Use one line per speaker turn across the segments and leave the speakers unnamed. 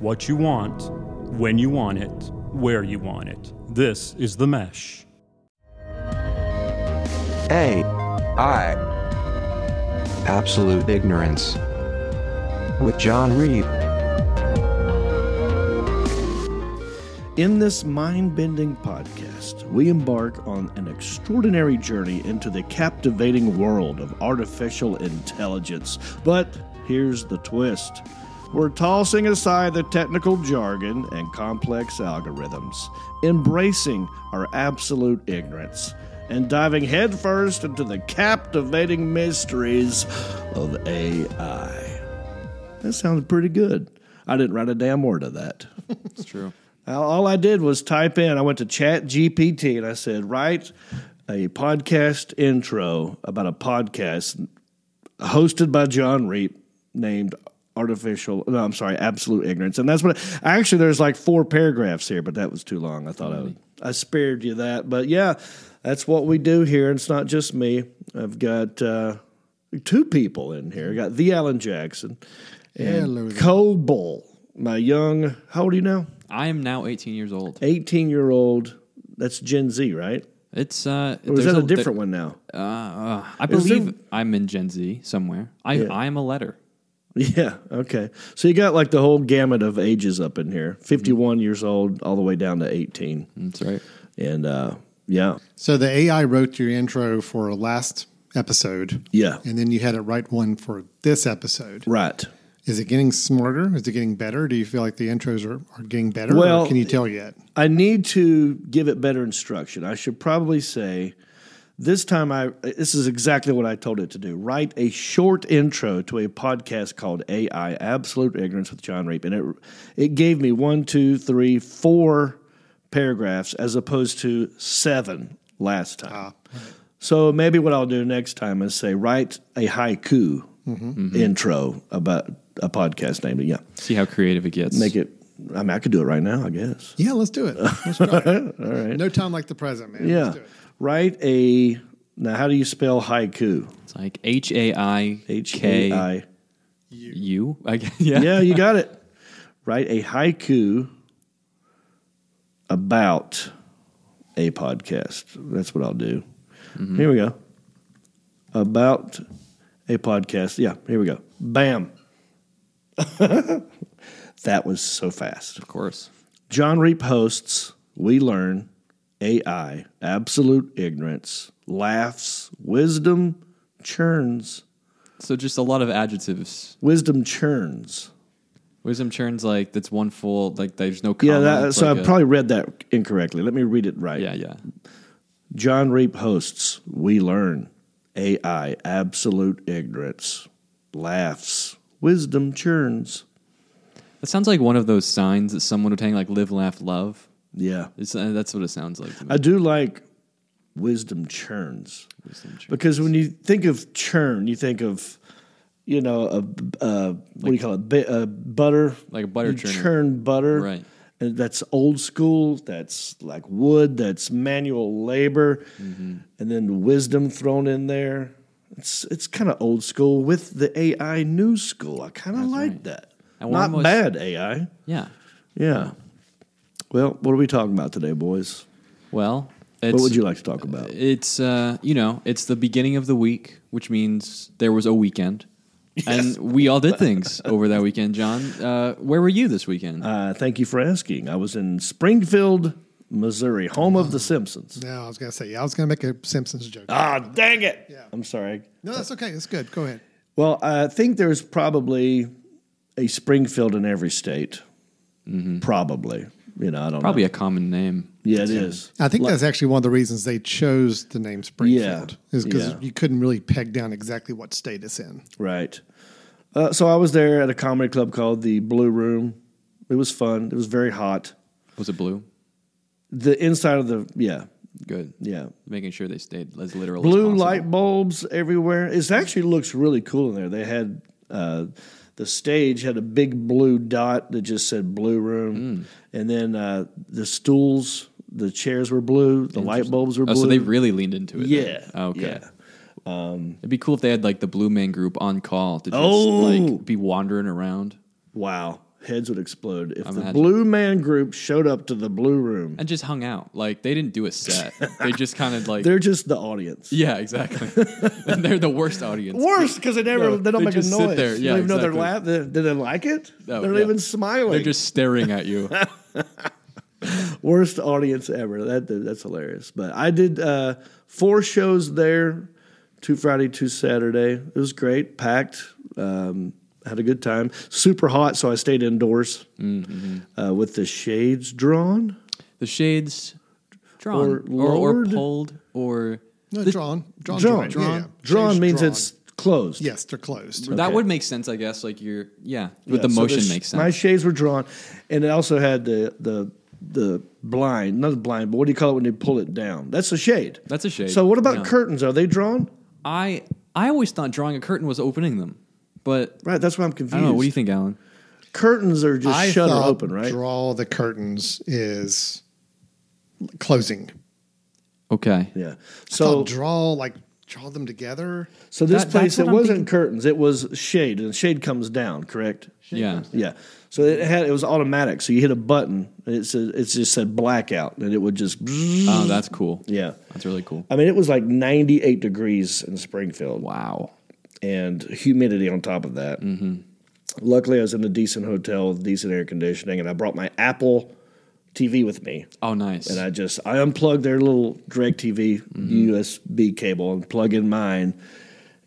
what you want, when you want it, where you want it. This is The Mesh.
A. I. Absolute Ignorance. With John Reed.
In this mind bending podcast, we embark on an extraordinary journey into the captivating world of artificial intelligence. But here's the twist we're tossing aside the technical jargon and complex algorithms, embracing our absolute ignorance, and diving headfirst into the captivating mysteries of AI. That sounds pretty good. I didn't write a damn word of that.
It's true.
All- All I did was type in, I went to Chat GPT and I said, write a podcast intro about a podcast hosted by John Reap named Artificial, no, I'm sorry, Absolute Ignorance. And that's what, actually, there's like four paragraphs here, but that was too long. I thought I would, I spared you that. But yeah, that's what we do here. And it's not just me. I've got, uh, two people in here. I got the Alan Jackson
Hello
and Coble, my young, how old are you now?
I am now 18 years old.
18 year old that's gen z right
It's uh,
or is
there's
that a different one now
Uh, uh, I
Is there-
believe I'm in Gen Z somewhere. I
Yeah.
I am a letter.
yeah okay so you got like the whole gamut of ages up in here 51 years old all the way down to 18
That's right.
and uh yeah
So the AI wrote your intro for last episode.
Yeah.
And then you had it write one for this episode.
right
Is it getting smarter? Is it getting better? Do you feel like the intros are, are getting better? or
Well,
can you tell yet?
I need to give it better instruction. I should probably say this time I this is exactly what I told it to do. Write a short intro to a podcast called AI Absolute Ignorance with John Reap. And it it gave me one, two, three, four paragraphs as opposed to seven last time. So maybe what I'll do next time is say write a haiku intro about a podcast name. Yeah.
See how creative it gets.
Make it I mean I could do it right now, I guess.
Yeah, let's do it. Let's try it. All right. No time like the present, man.
Yeah.
Let's do it.
Write a now how do you spell haiku?
It's like H A I
H
K
A I.
U. I guess. Yeah.
Yeah, you got it. Write a haiku about a podcast. That's what I'll do. Here we go. About a podcast. Yeah, here we go. Bam. that was so fast.
Of course.
John Reap hosts We Learn, AI, Absolute Ignorance, Laughs, Wisdom, Churns.
So just a lot of adjectives.
Wisdom churns.
Wisdom churns like that's one full. Like there's no.
Yeah,
comma.
that,
It's
so
like
I
a-
probably read that incorrectly. Let me read it right.
Yeah, yeah.
John Reap hosts We Learn, AI, Absolute Ignorance, Laughs, Wisdom churns.
That sounds like one of those signs that someone would hang like live, laugh, love.
Yeah.
It's, uh, that's what it sounds like to me.
I do like wisdom churns.
Wisdom churns.
Because when you think of churn, you think of, you know, a, a what do you call it? Bi- a butter.
Like a butter
You
churner.
churn butter.
Right.
And that's old school. That's like wood. That's manual labor.
Mm-hmm.
And then wisdom thrown in there. It's it's kind of old school with the AI new school. I kind of like that.
And we're
Not
almost-
bad AI.
yeah.
Yeah. Well, what are we talking about today, boys?
Well, it's,
What would you like to talk about?
It's uh, you know, it's the beginning of the week, which means there was a weekend, and we all did things over that weekend. John, uh, where were you this weekend?
Uh, thank you for asking. I was in Springfield, Missouri, home of The Simpsons.
No, I was going to say, yeah, I was going to make a Simpsons joke.
Ah, dang it.
Yeah.
I'm sorry.
no, that's okay. That's good. Go ahead.
Well, I think there's probably a Springfield in every state. Probably. You know, I don't
Probably
know.
a common name.
Yeah, it is.
I think that's actually one of the reasons they chose the name Springfield, is because
Yeah.
you couldn't really peg down exactly what state it's in.
Right. Uh, so I was there at a comedy club called the Blue Room. It was fun. It was very hot.
Was it blue?
The inside of the, yeah,
Good.
yeah.
Making sure they stayed as literal. as
blue
possible.
light bulbs everywhere. It actually looks really cool in there. They had uh, the stage had a big blue dot that just said blue room,
Hmm.
and then uh, the stools, the chairs were blue, the light bulbs were
Oh,
blue.
so they really leaned into it. then. Oh,
yeah,
Okay.
yeah.
It'd be cool if they had like the Blue Man Group on call to just
Oh!
like be wandering around.
Wow, Heads would explode if the
imagine.
Blue Man Group showed up to the Blue Room.
and just hung out. Like they didn't do a set. they just kind of like
They're just the audience.
yeah, exactly. and they're the worst audience.
Worse because they never
No,
they don't
they
make a
just sit
noise.
there.
You
Yeah,
don't even know they're la-
exactly.
they, do they like it?
No,
they're not
yeah.
even smiling.
They're just staring at you.
worst audience ever. That that's hilarious. But I did uh, four shows there, two Friday, two Saturday. It was great, packed. Um, had a good time. Super hot, so I stayed indoors
Mm-hmm.
uh, with the shades drawn.
The shades drawn
Or
or or,
lowered?
pulled or
No,
The-
drawn. Drawn.
Drawn,
yeah,
drawn,
yeah.
drawn
Shades
means
drawn.
it's closed.
Yes, they're closed.
that
Okay.
would make sense, I guess. Like you're yeah, but
Yeah,
the
so
motion
sh-
makes
My
sense.
shades were drawn, and it also had the the the blind, not the blind, but what do you call it when they pull it down? That's a shade.
That's a shade,
So what about
yeah.
curtains? Are they drawn?
I I always thought drawing a curtain was opening them, but
Right, that's why I'm
I
confused.
don't know. What do you think, Alan?
Curtains are just
I
shut or
thought
open, right?
Draw the curtains is closing.
Okay,
yeah. So
So draw like draw them together.
so this
That-
place
that's
it
what I'm
wasn't
thinking.
curtains, it was shade, and shade comes down, correct?
yeah.
Yeah. So it had it was automatic. So you hit a button, and it said it just said blackout, and it would just
Oh, that's cool.
yeah.
That's really cool.
I mean, it was like 98 degrees in Springfield.
Wow.
and humidity on top of that.
Mm-hmm.
Luckily, I was in a decent hotel with decent air conditioning, and I brought my Apple TV with me.
Oh, nice.
And I just I unplugged their little Direct TV
Mm-hmm.
USB cable and plug in mine,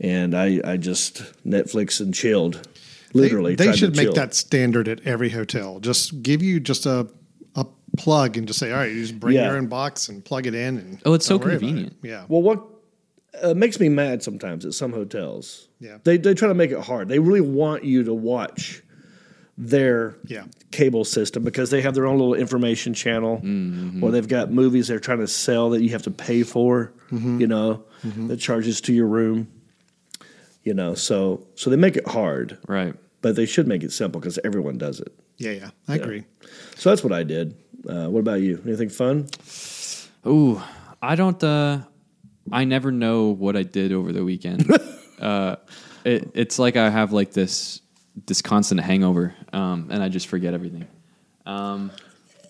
and I I just Netflix and chilled. Literally,
they,
tried
they
to
should make
chill.
that standard at every hotel. Just give you just a a plug and just say, all right, you just bring
Yeah.
your own box and plug it in. And
Oh, it's so
don't worry about it."
convenient.
Yeah.
Well, what uh, makes me mad sometimes at some hotels,
Yeah.
they they try to make it hard. They really want you to watch their
Yeah.
cable system because they have their own little information channel, or they've got movies they're trying to sell that you have to pay for.
Mm-hmm.
You know, that charges to your room. You know, so so they make it hard,
right.
but they should make it simple because everyone does it.
yeah, yeah. I agree.
So that's what I did. Uh, what about you? Anything fun?
Ooh, I don't. Uh, I never know what I did over the weekend. uh, it, it's like I have like this this constant hangover, um, and I just forget everything. Um,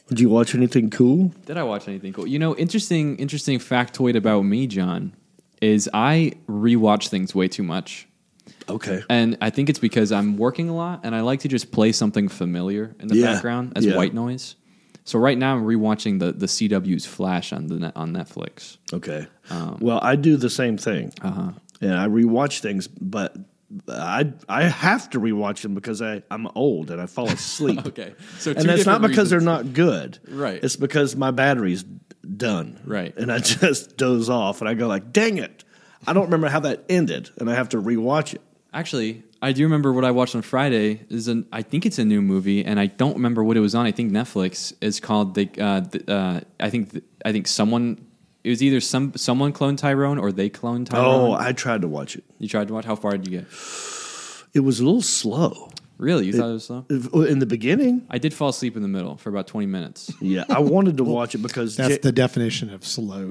Did you watch anything cool?
did I watch anything cool? You know, interesting interesting factoid about me, John, is I rewatch things way too much.
Okay.
And I think it's because I'm working a lot and I like to just play something familiar in the
Yeah.
background as
Yeah.
white noise. So right now I'm rewatching the the CW's Flash on the net, on Netflix.
Okay.
Um,
well, I do the same thing.
Uh-huh.
And I rewatch things, but I I have to rewatch them because I I'm old and I fall asleep.
Okay. So
And that's not because they're not good.
Right.
It's because my battery's done.
Right.
And I just doze off and I go like, "Dang it. I don't remember how that ended." And I have to rewatch it.
Actually, I do remember what I watched on Friday. Is an I think it's a new movie, and I don't remember what it was on. I think Netflix is called the. Uh, the uh, I think th- I think someone. It was either some someone cloned Tyrone or they cloned
Oh,
Tyrone.
I tried to watch it.
you tried to watch. How far did you get?
It was a little slow
Really, you thought it was slow.
in the beginning.
I did fall asleep in the middle for about twenty minutes.
Yeah, I wanted to watch it because
That's
Ja-
the definition of slow.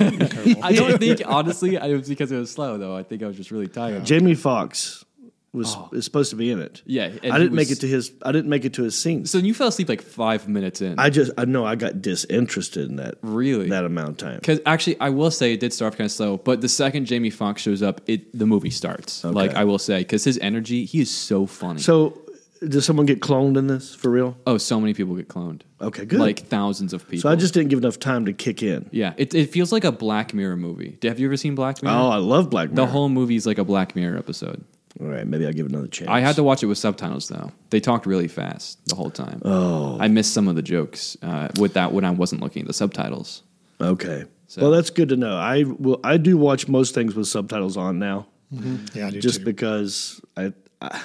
I don't think honestly. I, it was because it was slow though. I think I was just really tired.
Jamie Foxx was is supposed to be in it.
Oh. Yeah, and
I
he
didn't make
was-
it to his. I didn't make it to his scenes.
So you fell asleep like five minutes in.
I just I know I got disinterested in that
Really?
that amount of time.
Because actually, I will say it did start off kind of slow, but the second Jamie Foxx shows up, it the movie starts. Like I will say, because his energy, he is so funny.
So, does someone get cloned in this for real?
oh, so many people get cloned.
Okay, Oh, good.
Like thousands of people.
So I just didn't give enough time to kick in.
yeah, it, it feels like a Black Mirror movie. Have you ever seen Black Mirror?
Oh, I love Black Mirror.
the whole movie is like a Black Mirror episode.
All right, maybe I'll give it another chance.
I had to watch it with subtitles though. They talked really fast the whole time. Oh, I missed some of the jokes uh, with that when I wasn't looking at the subtitles.
Okay. Well, that's good to know. I will. I do watch most things with subtitles on now,
yeah, I do
just
too.
because I. I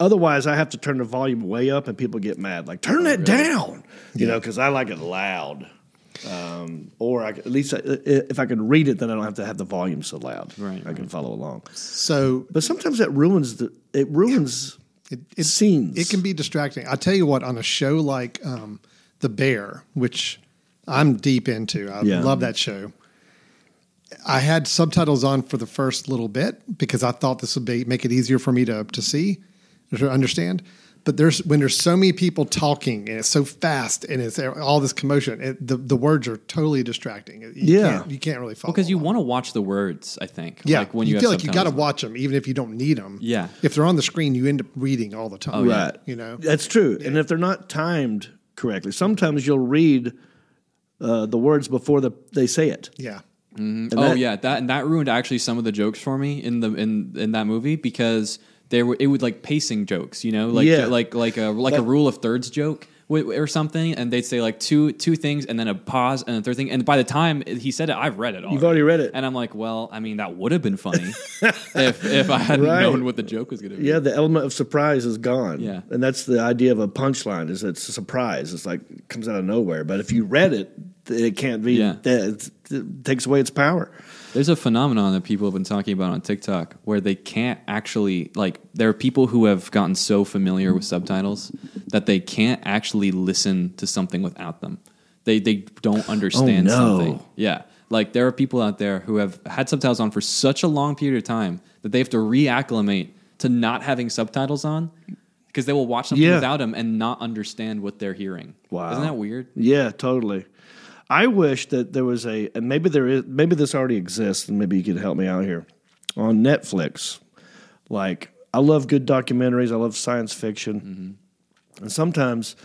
Otherwise, I have to turn the volume way up, and people get mad. Like,
Oh,
turn that down, you know, because I like it loud. Um, or I, at least I, if I can read it, then I don't have to have the volume so loud.
Right,
I can follow along.
so
But sometimes that ruins the it ruins
it, it
scenes.
It can be distracting. I tell you what, on a show like um, The Bear, which I'm deep into, I
Yeah.
love that show. I had subtitles on for the first little bit because I thought this would be make it easier for me to to see. to understand. But there's when there's so many people talking and it's so fast and it's all this commotion, it, the the words are totally distracting. You
Yeah.
can't, you can't really follow
because you
along.
want to watch the words. I think.
Yeah,
Like when
you,
you, have
feel like you got to
subtitles on.
watch them, even if you don't need them.
Yeah.
if they're on the screen, you end up reading all the time.
Right.
you know.
That's true. And if they're not timed correctly, sometimes you'll read uh, the words before the, they say it.
Yeah,
oh
that-
yeah, that and that ruined actually some of the jokes for me in the in in that movie because there were it would like pacing jokes, you know, like
Yeah.
like like a like a rule of thirds joke wi- or something, and they'd say like two two things and then a pause and a third thing, and by the time he said it, I've read it all.
You've already read it.
and I'm like, well, I mean, that would have been funny if if I hadn't
Right.
known what the joke was going to be.
Yeah, the element of surprise is gone.
Yeah.
And that's the idea of a punchline is it's a surprise. It's like it comes out of nowhere. But if you read it, th- it can't be
Yeah.
that it's- it takes away its power.
There's a phenomenon that people have been talking about on TikTok where they can't actually like there are people who have gotten so familiar with subtitles that they can't actually listen to something without them. They they don't
Oh,
understand
no.
something. Yeah. Like there are people out there who have had subtitles on for such a long period of time that they have to reacclimate to not having subtitles on because they will watch something
Yeah.
without them and not understand what they're hearing.
Wow.
Isn't that weird?
Yeah, totally. I wish that there was a and maybe there is maybe this already exists and maybe you could help me out here. On Netflix, like I love good documentaries, I love science fiction.
Mm-hmm.
And sometimes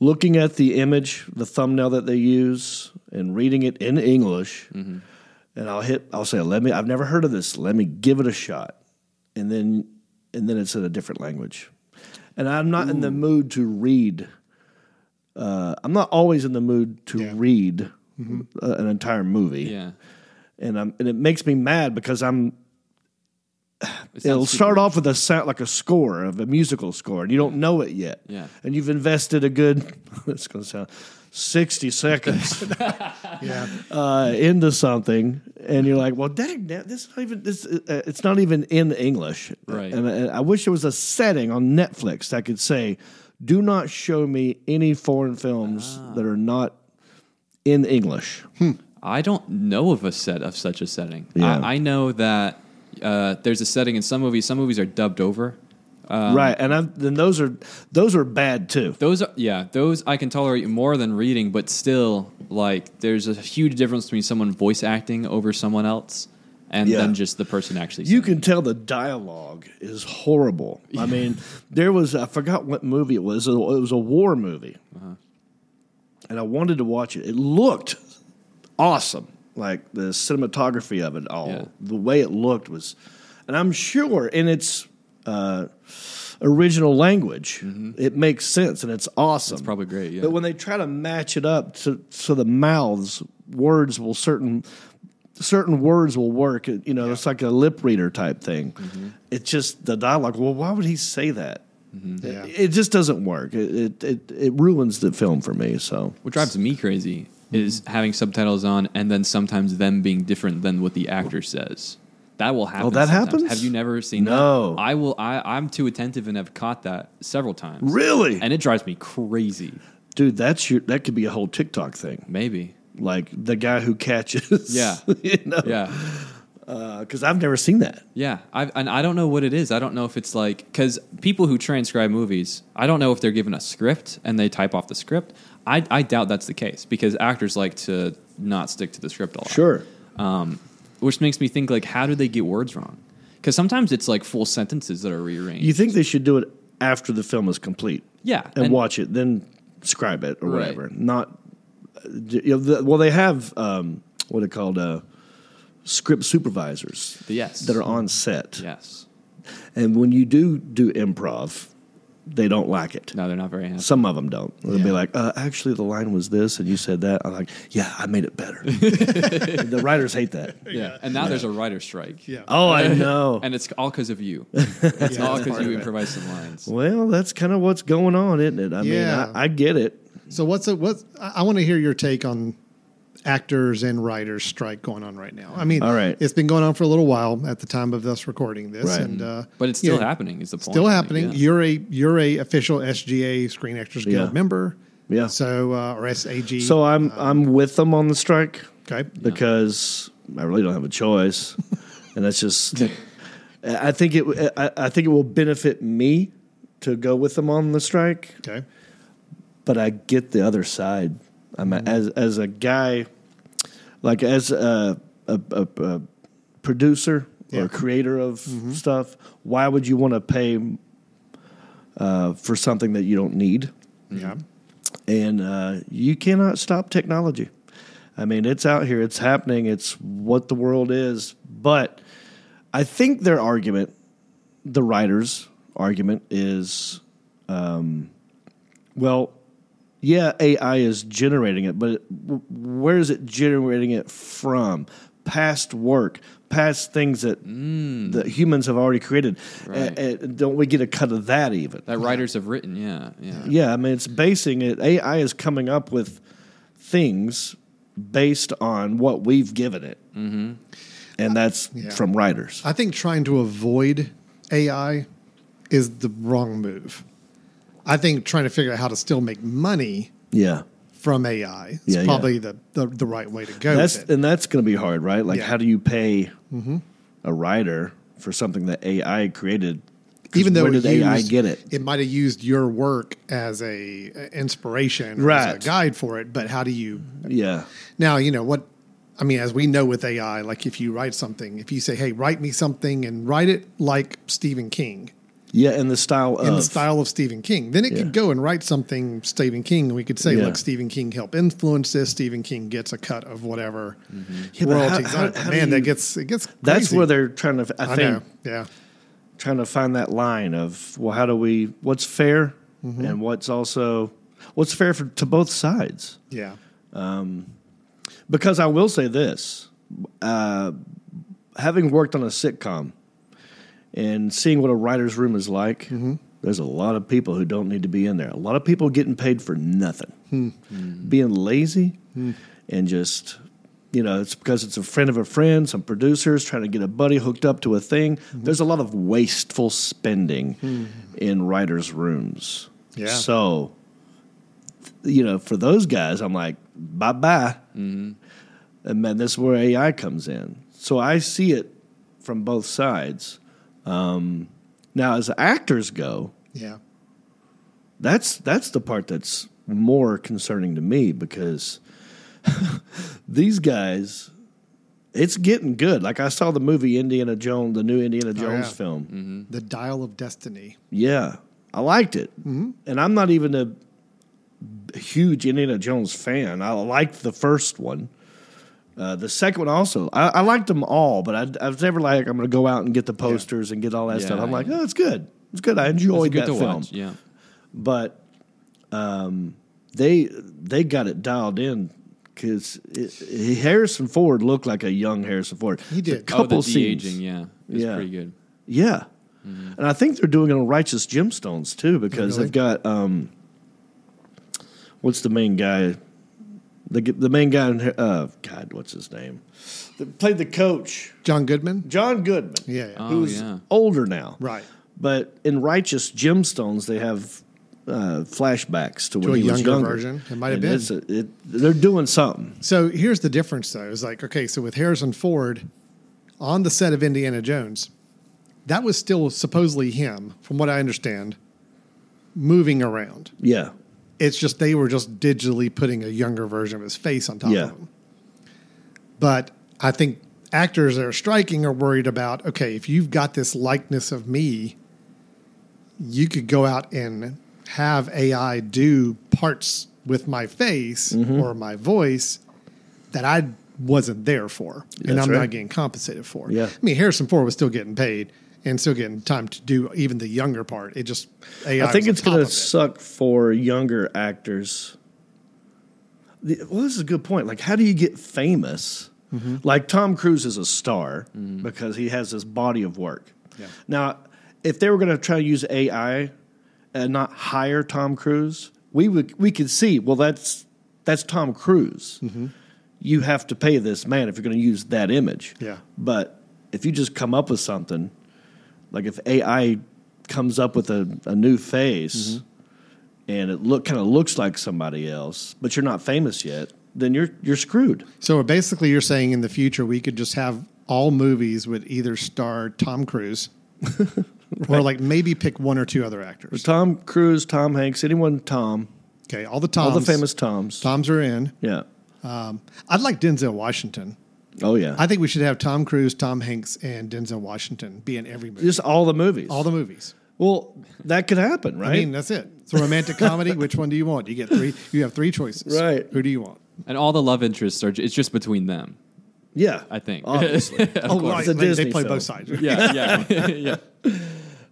looking at the image, the thumbnail that they use and reading it in English,
Mm-hmm.
and I'll hit I'll say, "Let me I've never heard of this. Let me give it a shot." And then and then it's in a different language. And I'm not in the mood to read uh, I'm not always in the mood to read uh, an entire movie,
Yeah.
and I'm and it makes me mad because I'm.
It
It'll
sounds
start off with a sound like a score of a musical score, and you don't know it yet.
Yeah.
and you've invested a good. it's going to sound sixty seconds
yeah.
uh, into something, and you're like, "Well, dang, that- this is not even this. Uh, it's not even in English."
Right.
And I, and I wish there was a setting on Netflix that could say, "Do not show me any foreign films that are not in English."
I don't know of a set of such a setting.
Yeah.
I, I know that uh, there's a setting in some movies. Some movies are dubbed over.
right. And I've, then those are those are bad too.
Those are yeah. Those I can tolerate more than reading, but still, like there's a huge difference between someone voice acting over someone else, and
Yeah.
then just the person actually.
You
saying
can tell the dialogue is horrible. I mean, there was I forgot what movie it was. It was a war movie, and I wanted to watch it. It looked awesome, like the cinematography of it all.
Yeah.
The way it looked was, and I'm sure in its uh, original language, it makes sense and it's awesome. It's
Mm-hmm. probably great, yeah.
But when they try to match it up to so the mouths words will certain certain words will work. it- You know, it's like a lip reader type thing.
Mm-hmm.
It's just the dialogue. Well, why would he say that?
Yeah.
It just doesn't work. It, it it it ruins the film for me. So
What drives me crazy
Mm-hmm.
is having subtitles on, and then sometimes them being different than what the actor says. That will happen.
Oh, that
sometimes.
happens?
Have you never seen?
No.
That? I will. I, I'm too attentive and have caught that several times.
really,
And it drives me crazy.
dude, that's your that could be a whole TikTok thing.
Maybe.
Like the guy who catches.
Yeah.
you know,
Yeah.
because I've never seen that.
Yeah, I've, and I don't know what it is. I don't know if it's like because people who transcribe movies, I don't know if they're given a script and they type off the script. I, I doubt that's the case because actors like to not stick to the script a lot.
Sure.
which makes me think like, how do they get words wrong? Because sometimes it's like full sentences that are rearranged.
You think they should do it after the film is complete?
Yeah,
and,
and-
watch it, then scribe it or
Right.
whatever. Not uh, you know, the, well, they have um, what are called uh, script supervisors.
Yes.
that are on set,
yes.
and when you do do improv, they don't like it.
No, they're not very happy.
Some of them don't. They'll be
Yeah.
like, uh, actually, the line was this, and you said that. I'm like, yeah, I made it better. the writers hate that.
yeah, and now there's a writer strike.
Yeah.
Oh, I know.
and it's all because of you. It's all because you improvised some lines.
well, that's kind of what's going on, isn't it? I
Yeah.
mean, I, I get it.
So what's a, what? I want to hear your take on actors and writers strike going on right now. I mean,
All right.
it's been going on for a little while at the time of us recording this,
Right.
and uh,
But it's still
yeah,
happening. Is the point?
Still
Like,
happening.
yeah.
You're a you're a official SGA Screen Actors Guild
Yeah.
member.
Yeah.
So uh, or SAG.
So I'm I'm with them on the strike
okay.
because I really don't have a choice, and that's just. I think it. I, I think it will benefit me to go with them on the strike,
Okay.
but I get the other side. I'm a, as as a guy, like as a a, a, a producer
Yeah.
or creator of stuff. Why would you want to pay uh, for something that you don't need?
Yeah.
and uh, you cannot stop technology. I mean, it's out here, it's happening, it's what the world is. But I think their argument, the writer's argument, is um, well, yeah, AI is generating it, but it, w- where is it generating it from? Past work, past things that that humans have already created.
Right.
A- a- don't we get a cut of that even?
that writers have written. Yeah, yeah.
Yeah, I mean, it's basing it. AI is coming up with things based on what we've given it, mm-hmm. and that's
Uh, Yeah.
from writers.
I think trying to avoid AI is the wrong move. I think trying to figure out how to still make money
yeah,
from AI is
Yeah, yeah.
probably The, the, the right way to go.
that's
with it.
and that's going to be hard, right? Like,
Yeah. Mm-hmm.
how do you pay a writer for something that AI created? 'Cause
even though
where did
it used,
AI get it?
might have used your work as a uh, inspiration, or
Right.
as a guide for it. But how do you
Yeah,
now? You know what? I mean, as we know with AI, like if you write something, if you say, "Hey, write me something," and write it like Stephen King
yeah, in the style of
in the style of Stephen King, then it
Yeah.
could go and write something Stephen King. and We could say,
Yeah.
"Look, Stephen King helped influence this. Stephen King gets a cut of whatever
Mm-hmm. Yeah, but how-
royalties."
how-
on it."
how do
Man, that
you-
gets it gets. Crazy.
That's where they're trying to. I
I
think
know. Yeah.
trying to find that line of well, how do we? What's fair
Mm-hmm.
and what's also what's fair for, to both sides?
Yeah.
Because I will say this uh, having worked on a sitcom and seeing what a writer's room is like, there's a lot of people who don't need to be in there. A lot of people getting paid for nothing, being lazy, and just. You know, it's because it's a friend of a friend, some producers trying to get a buddy hooked up to a thing. There's a lot of wasteful spending in writers' rooms.
Yeah.
So, you know, for those guys, I'm like, bye bye. And man, that's where AI comes in. So I see it from both sides. Um, now, as actors go,
Yeah.
that's that's the part that's more concerning to me because these guys, it's getting good. Like I saw the movie Indiana Jones, the new Indiana Jones
yeah.
film.
The Dial of Destiny.
Yeah, I liked it,
Mm-hmm.
and I'm not even a b- huge Indiana Jones fan. I liked the first one. Uh, the second one also, I, I liked them all, but I, I was never like I'm going to go out and get the posters and get all that
Yeah,
stuff. I'm like,
yeah.
oh, it's good, it's good. I enjoyed
good
that
to
film,
watch. Yeah,
but um, they they got it dialed in because Harrison Ford looked like a young Harrison Ford.
He did.
A couple
oh, the de
scenes,
aging. Yeah, it's
Yeah.
pretty good.
yeah. And I think they're doing it on Righteous Gemstones too because
Mm-hmm. Really?
they've got um what's the main guy the g- the main guy in here- uh god what's his name that played the coach
John Goodman.
John Goodman
Yeah, yeah.
Oh,
who's
yeah.
older now
Right.
but in Righteous Gemstones they have uh, flashbacks to when
a
he was
younger
younger
version. It might
And
have been.
it's a- it, they're doing something
So here's the difference, though. Is like okay, so with Harrison Ford on the set of Indiana Jones, that was still supposedly him, from what I understand, moving around.
yeah
It's just they were just digitally putting a younger version of his face on top
Yeah.
of him. But I think actors that are striking are worried about okay, if you've got this likeness of me, you could go out and have AI do parts with my face
Mm-hmm.
or my voice that I wasn't there for and
That's
I'm
right.
not getting compensated for.
Yeah.
I mean, Harrison Ford was still getting paid and still getting time to do even the younger part. It just, AI
I think
was on
it's
top
going
of
to
it.
suck for younger actors. The- well, this is a good point. Like, how do you get famous?
Mm-hmm.
Like, Tom Cruise is a star because he has this body of work.
Yeah.
Now, if they were going to try to use AI and not hire Tom Cruise, we would we could see. Well, that's that's Tom Cruise.
Mm-hmm.
You have to pay this man if you're going to use that image.
Yeah.
But if you just come up with something, like if AI comes up with a, a new face
Mm-hmm.
and it look kind of looks like somebody else, but you're not famous yet, then you're you're screwed.
So basically, you're saying in the future we could just have all movies would either star Tom Cruise Or like maybe pick one or two other actors.
Tom Cruise, Tom Hanks, anyone Tom,
Okay, all the Toms.
all the famous Toms.
Toms are in.
Yeah.
I'd like Denzel Washington.
Oh yeah.
I think we should have Tom Cruise, Tom Hanks, and Denzel Washington be in every movie.
Just all the movies.
all the movies.
well, that could happen, right?
I mean, that's it. It's a romantic comedy. Which one do you want? You get three. You have three choices.
Right.
Who do you want?
and all the love interests are. It's just between them.
yeah.
I think.
Obviously.
Of
oh,
course.
right.
It's a
they, they
Disney
play
film.
both sides.
Yeah, yeah, yeah.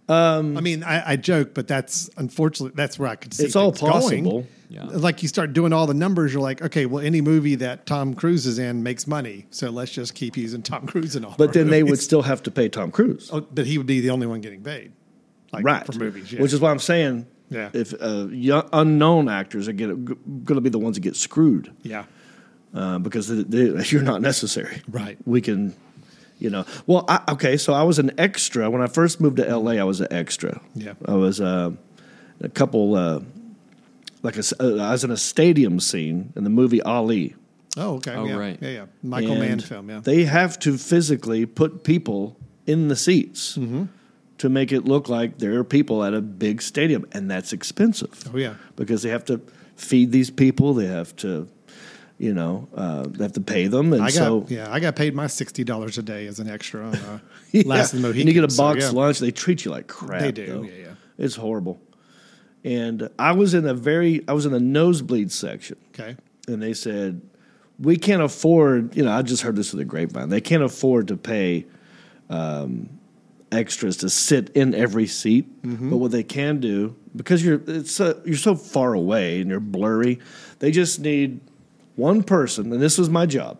I mean, I, I joke, but that's unfortunately that's where I could see
It's all
things going.
possible.
Yeah.
Like you start doing all the numbers, you're like, okay, well, any movie that Tom Cruise is in makes money, so let's just keep using Tom Cruise in all.
But
our
then they would
movies.
still have to pay Tom Cruise.
Oh, but he would be the only one getting paid, like,
right.
for movies, yeah.
Which is why I'm saying
Yeah.
if uh, young, unknown actors are going to be the ones that get screwed
yeah,
uh, because they, they, you're not necessary.
Right.
We can, you know. Well, I, okay, so I was an extra. When I first moved to LA, I was an extra.
Yeah.
I was uh, a couple, uh, like a s uh, I was in a stadium scene in the movie Ali.
Oh, okay.
Oh,
yeah.
right.
Yeah, yeah. Michael Mann
And
film. Yeah.
They have to physically put people in the seats
Mm-hmm.
to make it look like there are people at a big stadium, and that's expensive.
Oh, yeah.
because they have to feed these people. They have to, you know, uh, they have to pay them, and
I got
so
yeah, I got paid my sixty dollars a day as an extra on uh,
Yeah.
Last of the
And you get a
Mohicans,
box
so, yeah.
lunch. They treat you like crap.
They do,
though.
yeah, yeah.
It's horrible. And I was in a very, I was in the nosebleed section.
Okay.
and they said, "We can't afford." You know, I just heard this through the grapevine. They can't afford to pay um, extras to sit in every seat. But what they can do, because you're it's so, you're so far away and you're blurry, they just need one person. And this was my job.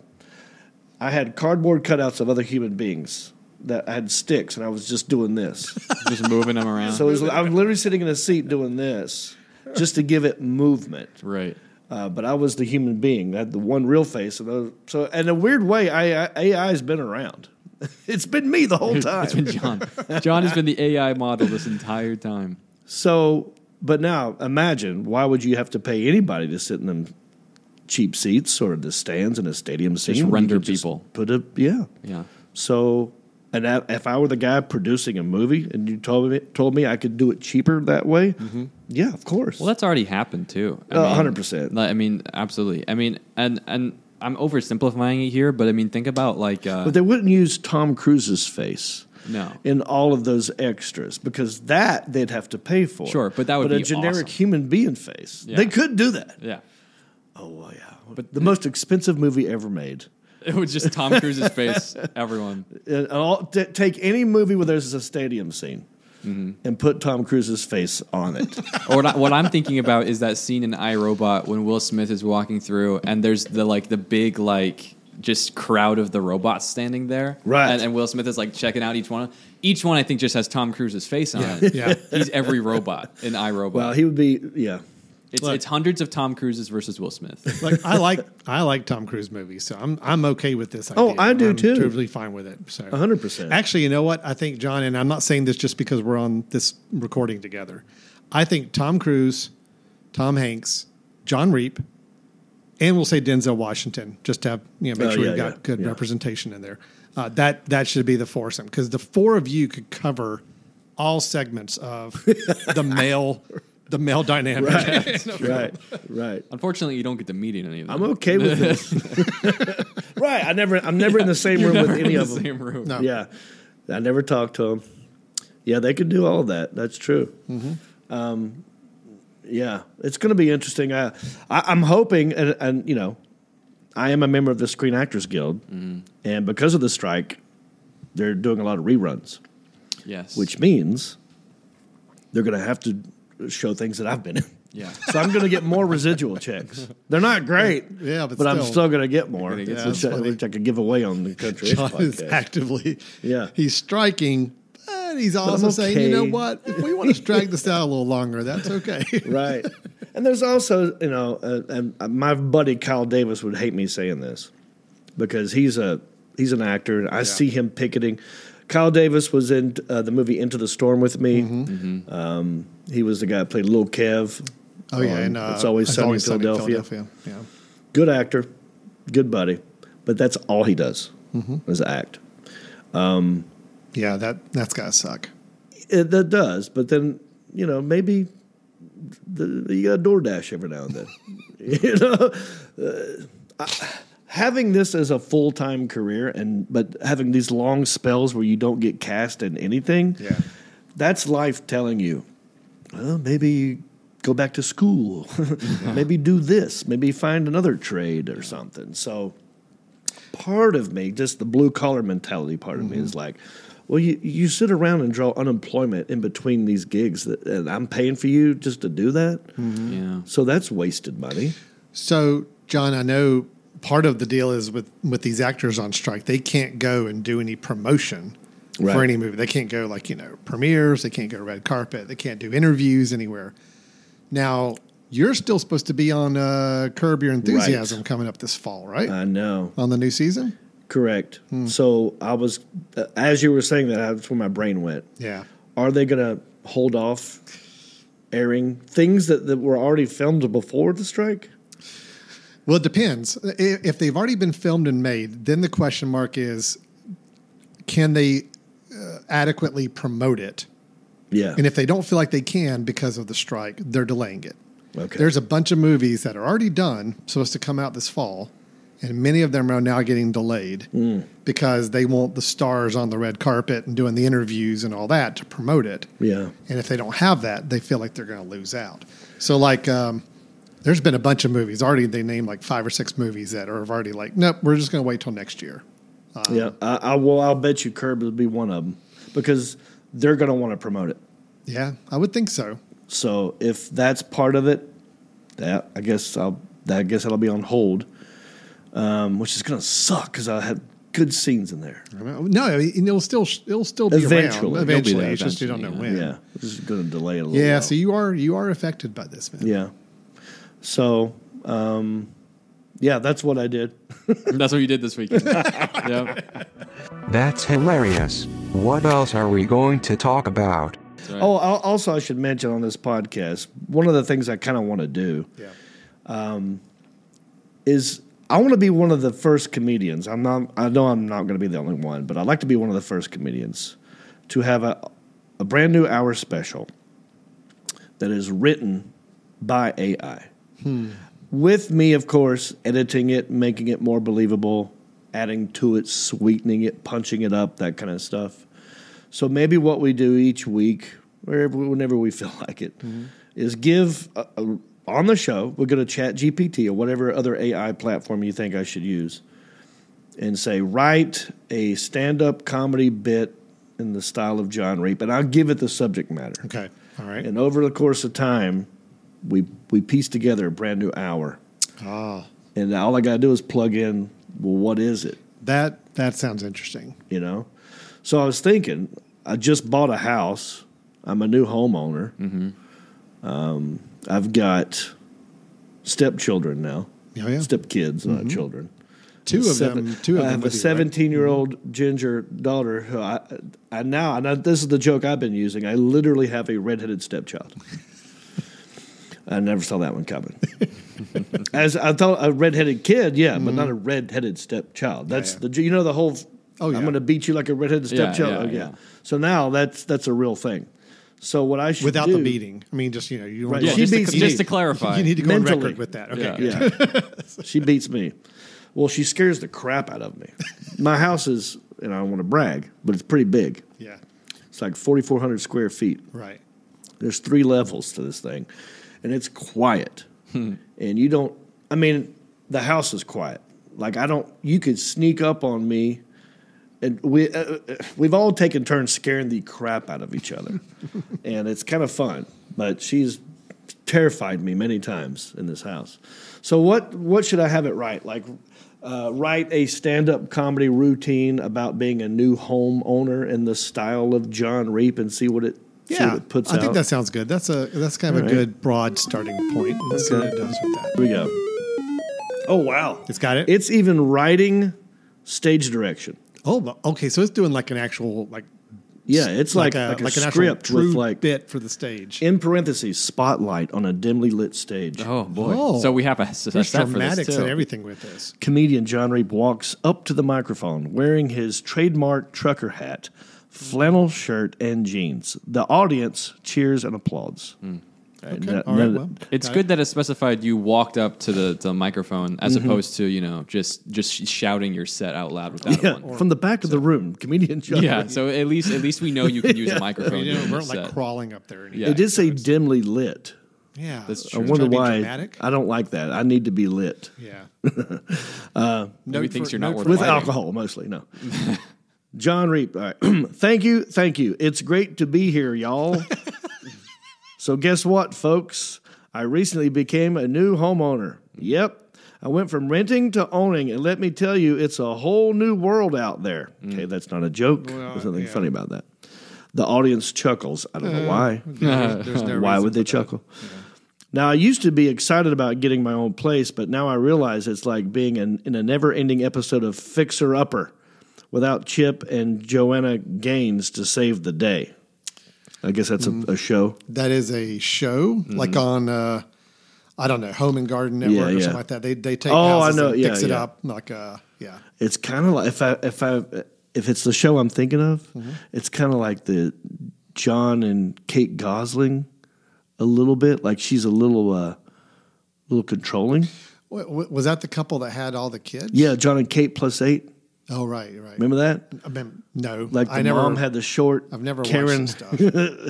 I had cardboard cutouts of other human beings that I had sticks, and I was just doing this.
Just moving them around.
so it was, I'm literally sitting in a seat doing this just to give it movement
right.
uh, but I was the human being. I had the one real face, and those, so in a weird way, I, I, AI has been around. it's been me the whole
It's been
time.
John. John has been the AI model this entire time.
so, but now imagine why would you have to pay anybody to sit in them cheap seats or the stands in a stadium scene? You
render
could
people.
Put a yeah.
Yeah.
So, and I, if I were the guy producing a movie, and you told me told me I could do it cheaper that way,
Mm-hmm.
yeah, of course.
Well, that's already happened too. I
Uh,
mean,
100%.
like, I mean, absolutely. I mean, and and I'm oversimplifying it here, but I mean, think about like uh,
But they wouldn't use Tom Cruise's face.
No.
In all of those extras because that they'd have to pay for.
Sure, but that would
but
be
a generic
awesome.
human being face.
Yeah.
They could do that.
yeah,
Oh well, yeah. But
But-
the most expensive movie ever made.
it was just Tom Cruise's face. Everyone,
And all, t- take any movie where there's a stadium scene
Mm-hmm.
and put Tom Cruise's face on it.
or what, I, what I'm thinking about is that scene in iRobot when Will Smith is walking through, and there's the like the big like just crowd of the robots standing there,
Right.
And, and Will Smith is like checking out each one. Each one I think just has Tom Cruise's face on it.
Yeah.
He's every robot in iRobot.
well, he would be. Yeah.
it's, it's hundreds of Tom Cruises versus Will Smith.
Like I like I like Tom Cruise movies, so I'm I'm okay with this.
Oh,
idea.
I do
I'm
too.
Totally fine with it. So
100%.
Actually, you know what? I think John and I'm not saying this just because we're on this recording together. I think Tom Cruise, Tom Hanks, John Reap, and we'll say Denzel Washington, just to have you know make
Oh,
sure
yeah,
you've got
yeah,
good
yeah.
representation in there. Uh, that that should be the foursome because the four of you could cover all segments of the male the male dynamic.
Right. Right.
Unfortunately, you don't get to meet any of them.
I'm okay with this. right. I never. I'm never in the same room with any
in
of
the
them.
same room.
No.
Yeah, I never talked to them. Yeah, they could do all of that. That's true. Um,
Mm-hmm.
yeah, it's going to be interesting. I, I, I'm hoping, and, and you know, I am a member of the Screen Actors Guild,
Mm-hmm.
and because of the strike, they're doing a lot of reruns,
Yes.
which means they're going to have to show things that I've been in.
yeah.
So I'm going to get more residual checks. They're not great,
Yeah, but
I'm
still.
still going to get more,
You're gonna get
which,
some.
I, which I could give away on the country. Ish
John is
podcast.
actively,
Yeah.
he's striking, but he's also
I'm
saying, you know
okay.
what? If we want to drag this out a little longer, that's okay.
right. And there's also, you know, uh, and uh, my buddy Kyle Davis would hate me saying this because he's a he's an actor, and I see him picketing. Kyle Davis was in uh, the movie Into the Storm with me. Um, he was the guy that played Lil Kev.
Oh yeah,
on
and uh,
it's always sunny in Philadelphia.
Philadelphia.
Good actor, good buddy, but that's all he does is act.
Yeah, yeah, that that's gotta suck.
It- it, that does. But then you know maybe the, you got a DoorDash every now and then. you know, Uh, I- having this as a full time career and but having these long spells where you don't get cast in anything,
Yeah.
that's life telling you. Well, maybe go back to school. maybe do this. Maybe find another trade or something. So part of me, just the blue collar mentality part of me, is like, well, you, you sit around and draw unemployment in between these gigs, that, and I'm paying for you just to do that.
Yeah.
So that's wasted money.
So, John, I know part of the deal is with with these actors on strike, they can't go and do any promotion
Right.
for any movie. They can't go like you know premieres. They can't go to red carpet. They can't do interviews anywhere. Now you're still supposed to be on uh, Curb Your Enthusiasm coming up this fall, right?
I know.
on the new season.
Correct. So I was, uh, as you were saying that, that's where my brain went.
Yeah.
Are they going to hold off airing things that, that were already filmed before the strike?
Well, it depends. I- If they've already been filmed and made, then the question mark is, can they uh, adequately promote it?
Yeah.
And if they don't feel like they can because of the strike, they're delaying it.
Okay.
There's a bunch of movies that are already done, supposed to come out this fall, and many of them are now getting delayed
Hmm.
because they want the stars on the red carpet and doing the interviews and all that to promote it.
yeah.
And if they don't have that, they feel like they're going to lose out. So, like, um, there's been a bunch of movies already. They named like five or six movies that are already like, nope, we're just going to wait till next year. Uh,
yeah. I, I will. I'll bet you Curb will be one of them because they're going to want to promote it.
Yeah, I would think so.
So if that's part of it, that I guess I'll that I guess that'll be on hold, um, which is gonna suck because I had good scenes in there.
No, it'll still it'll still be
Mm-hmm. Eventually.
around.
It'll be
Eventually,
there
it's just you don't know
eventually,
when.
Yeah, this is gonna delay it a little.
Yeah,
while.
so you are you are affected by this, man.
yeah, so um, yeah, that's what I did.
That's what you did this weekend. yep.
That's hilarious. What else are we going to talk about?
Oh, al- also I should mention on this podcast one of the things I kind of want to do um,
Yeah.
is I want to be one of the first comedians. I'm not. I know I'm not going to be the only one, but I'd like to be one of the first comedians to have a a brand new hour special that is written by AI. With me, of course, editing it, making it more believable, adding to it, sweetening it, punching it up, that kind of stuff. So maybe what we do each week, wherever, whenever we feel like it, is give a, a- on the show. We go to Chat GPT or whatever other AI platform you think I should use, and say write a stand-up comedy bit in the style of John Reap, and I'll give it the subject matter.
Okay. All right.
And over the course of time, we we piece together a brand new hour,
Ah,
and all I got to do is plug in. Well, what is it?
that that sounds interesting.
you know. So I was thinking, I just bought a house. I'm a new homeowner.
Mm-hmm.
Um, I've got stepchildren now,
Oh, yeah.
stepkids, not children.
Two of
Seven-
them. Two of
I
them.
have a
with you, right? Mm-hmm.
17 year old ginger daughter who I, I now, and I, this is the joke I've been using. I literally have a redheaded stepchild. I never saw that one coming. As I thought, a redheaded kid, yeah, but not a redheaded stepchild. That's
Mm-hmm. yeah.
the you know the whole.
Oh, yeah.
I'm going to beat you like a redheaded
Yeah,
stepchild.
yeah,
Oh, yeah.
yeah.
So now that's that's a real thing. So what I should
Without
do,
the beating. I mean, just you know, you don't
Right.
you
Yeah,
She
don't-
just, to,
beats me.
just to clarify.
you need to go on
Mentally.
record with that. Okay.
Yeah.
good.
Yeah. she beats me. Well, she scares the crap out of me. My house is, and I don't want to brag, but it's pretty big.
Yeah.
It's like 4,400 square feet.
Right.
There's three levels to this thing, and it's quiet.
Hmm.
And you don't, I mean, the house is quiet. Like, I don't, you could sneak up on me. And we, uh, uh, we've all taken turns scaring the crap out of each other. and it's kind of fun, but she's terrified me many times in this house. So, what, what should I have it right? Like, uh, write a stand up comedy routine about being a new homeowner in the style of John Reap and see what it, see what
Yeah.
it puts
I
out.
think that sounds good. That's a that's kind of
All
a
right.
good broad starting point. Let's see what
Okay.
it does with that.
Here we go. Oh wow.
It's got it.
It's even writing stage direction.
oh, okay. So it's doing like an actual like
Yeah, it's like like, a
an actual
script
true
with like
bit for the stage.
in parentheses spotlight on a dimly lit stage.
Oh boy!
Oh.
So we have a, s- a
There's
set for this
dramatics
too.
and everything with this.
Comedian John Reap walks up to the microphone wearing his trademark trucker hat, flannel shirt, and jeans. The audience cheers and applauds. Right,
Okay.
no-
All right.
no-
Well,
It's
got
good
it.
that it specified you walked up to the, the microphone as
Mm-hmm.
opposed to, you know, just just shouting your set out loud without
yeah,
one.
from the back of the room, comedian. John.
Yeah, so at least at least we know you can use a microphone.
We
during
didn't,
the
weren't like
set.
crawling up there. or
Yeah.
it
anything.
did say dimly lit.
Yeah.
That's
I
true.
Trying
wonder
to be
why.
dramatic.
I don't like that. I need to be lit
Yeah.
Maybe
Note
thinks
for-
you're not
note
worth
for
with
lighting.
alcohol mostly. No. John Reap. All right. thank you, thank you. It's great to be here, y'all. so guess what, folks? I recently became a new homeowner. Yep. I went from renting to owning, and let me tell you, it's a whole new world out there. Okay, that's not a joke.
Well,
There's nothing
yeah. Eh.
funny about that. The audience chuckles. I don't know why.
There's, there's no
Why
reason
would they
for that.
chuckle? Now, I used to be excited about getting my own place, but now I realize it's like being in, in a never ending episode of Fixer Upper without Chip and Joanna Gaines to save the day. I guess that's
Mm-hmm.
a, a show.
That is a show, like on, uh, I don't know, Home and Garden Network
Mm-hmm. Yeah,
or
yeah.
something like that. They they take
Oh, I
houses
know.
and
Yeah,
fix it
yeah.
up, like uh, yeah.
It's kind of like if I if I if it's the show I'm thinking of,
Mm-hmm.
it's kind of like the John and Kate Gosling a little bit. Like she's a little uh, little controlling.
Wa- wa- Was that the couple that had all the kids?
Yeah, John and Kate plus eight.
Oh right, right.
Remember that?
I mean, no,
Like the
I never
mom had the short
I've never watched
Karen
this stuff.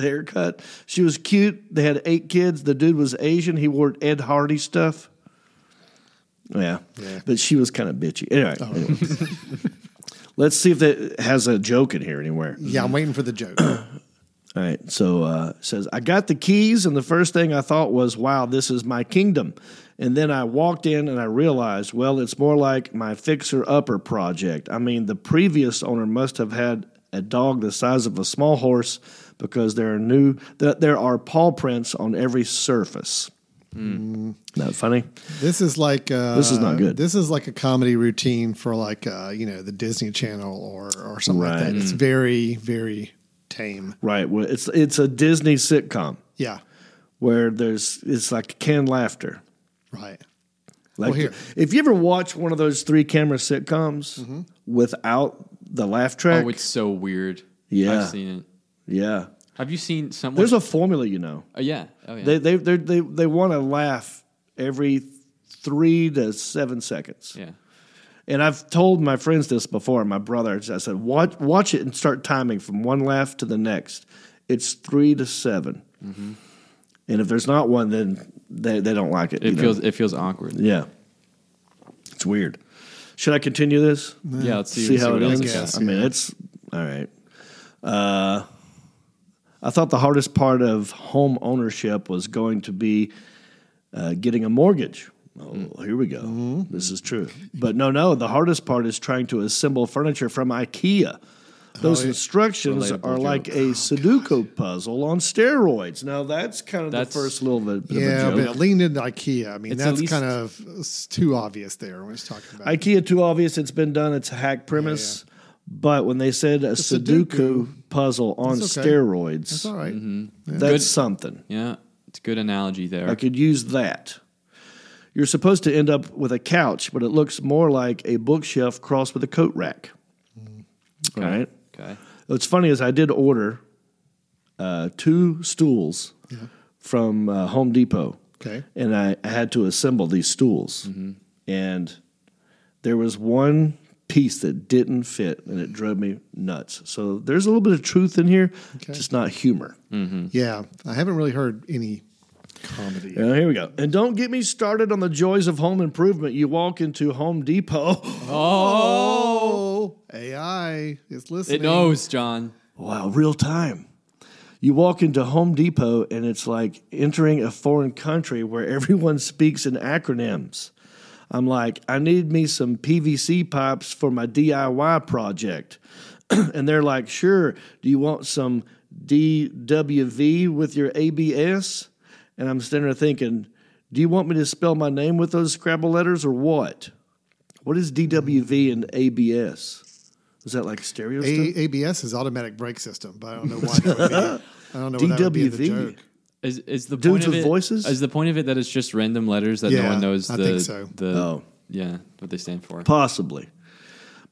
haircut. She was cute. They had eight kids. The dude was Asian. He wore Ed Hardy stuff. Yeah.
Yeah. Oh,
But she was kind of bitchy. Anyway. anyway. Let's see if that has a joke in here anywhere.
Yeah, I'm waiting for the joke.
All right. So uh it says I got the keys and the first thing I thought was, wow, this is my kingdom. And then I walked in and I realized, well, it's more like my fixer upper project. I mean, the previous owner must have had a dog the size of a small horse because there are new that there are paw prints on every surface. Not funny.
This is like uh,
This is not good.
This is like a comedy routine for like uh, you know the Disney Channel or or something like
Right.
that. It's very very tame.
Right. Well, it's it's a Disney sitcom
Yeah,
where there's it's like canned laughter.
right.
Like
Well, here.
if you ever watch one of those three camera sitcoms
Mm-hmm.
without the laugh track,
Oh, it's so weird.
Yeah.
I've seen it.
yeah,
Have you seen someone?
there's a formula, you know.
Uh, yeah. Oh, yeah.
They they they they they want to laugh every three to seven seconds.
yeah.
And I've told my friends this before. My brother, I said, watch watch it and start timing from one laugh to the next. It's three to 7
Mm-hmm.
and if there's not one, then they they don't like it.
It
you know?
feels it feels awkward.
yeah, it's weird. Should I continue this?
Yeah, let's see,
see, how it
what
ends.
else.
guess,
I mean, it's all right. Uh, I thought the hardest part of home ownership was going to be uh, getting a mortgage. Oh,
Mm-hmm.
here we go. This is true. But no, no, the hardest part is trying to assemble furniture from IKEA. Those instructions
Oh, Relatable
are
joke. Oh,
like a Sudoku puzzle on steroids. Now that's kind of
That's-
the first little bit, bit
yeah,
of a
but
joke.
it leaned into IKEA. I mean,
It's at
that's
least-
kind of it's too obvious there when it's talking about.
IKEA too obvious. It's been done. It's a hack premise. But when they said a Sudoku, puzzle on
That's okay.
steroids,
it's all right.
that's something.
Yeah, it's a good analogy there.
I could use that. You're supposed to end up with a couch, but it looks more like a bookshelf crossed with a coat rack.
Mm.
All right.
Okay.
What's funny is I did order uh, two stools from uh, Home Depot.
Okay.
And I, I had to assemble these stools. And there was one piece that didn't fit and it drove me nuts. So there's a little bit of truth in here, just not humor.
Yeah, I haven't really heard any comedy.
Now, here we go. And don't get me started on the joys of home improvement. You walk into Home Depot.
Oh, AI is listening.
It oh, knows, John.
Wow, real time. You walk into Home Depot and it's like entering a foreign country where everyone speaks in acronyms. I'm like, I need me some PVC pipes for my DIY project. and they're like, sure, do you want some DWV with your ABS? And I'm sitting there thinking, do you want me to spell my name with those Scrabble letters or what? What is DWV and ABS? Is that like stereo stuff?
A- ABS is automatic brake system, but I don't know why. That would be, I don't know. Why that would be the
DWV.
joke.
Is is the
Dudes
point of
with
it,
voices?
Is the point of it that it's just random letters that no
Yeah,
one knows
I
the
think so.
the
Oh.
yeah what they stand for?
Possibly.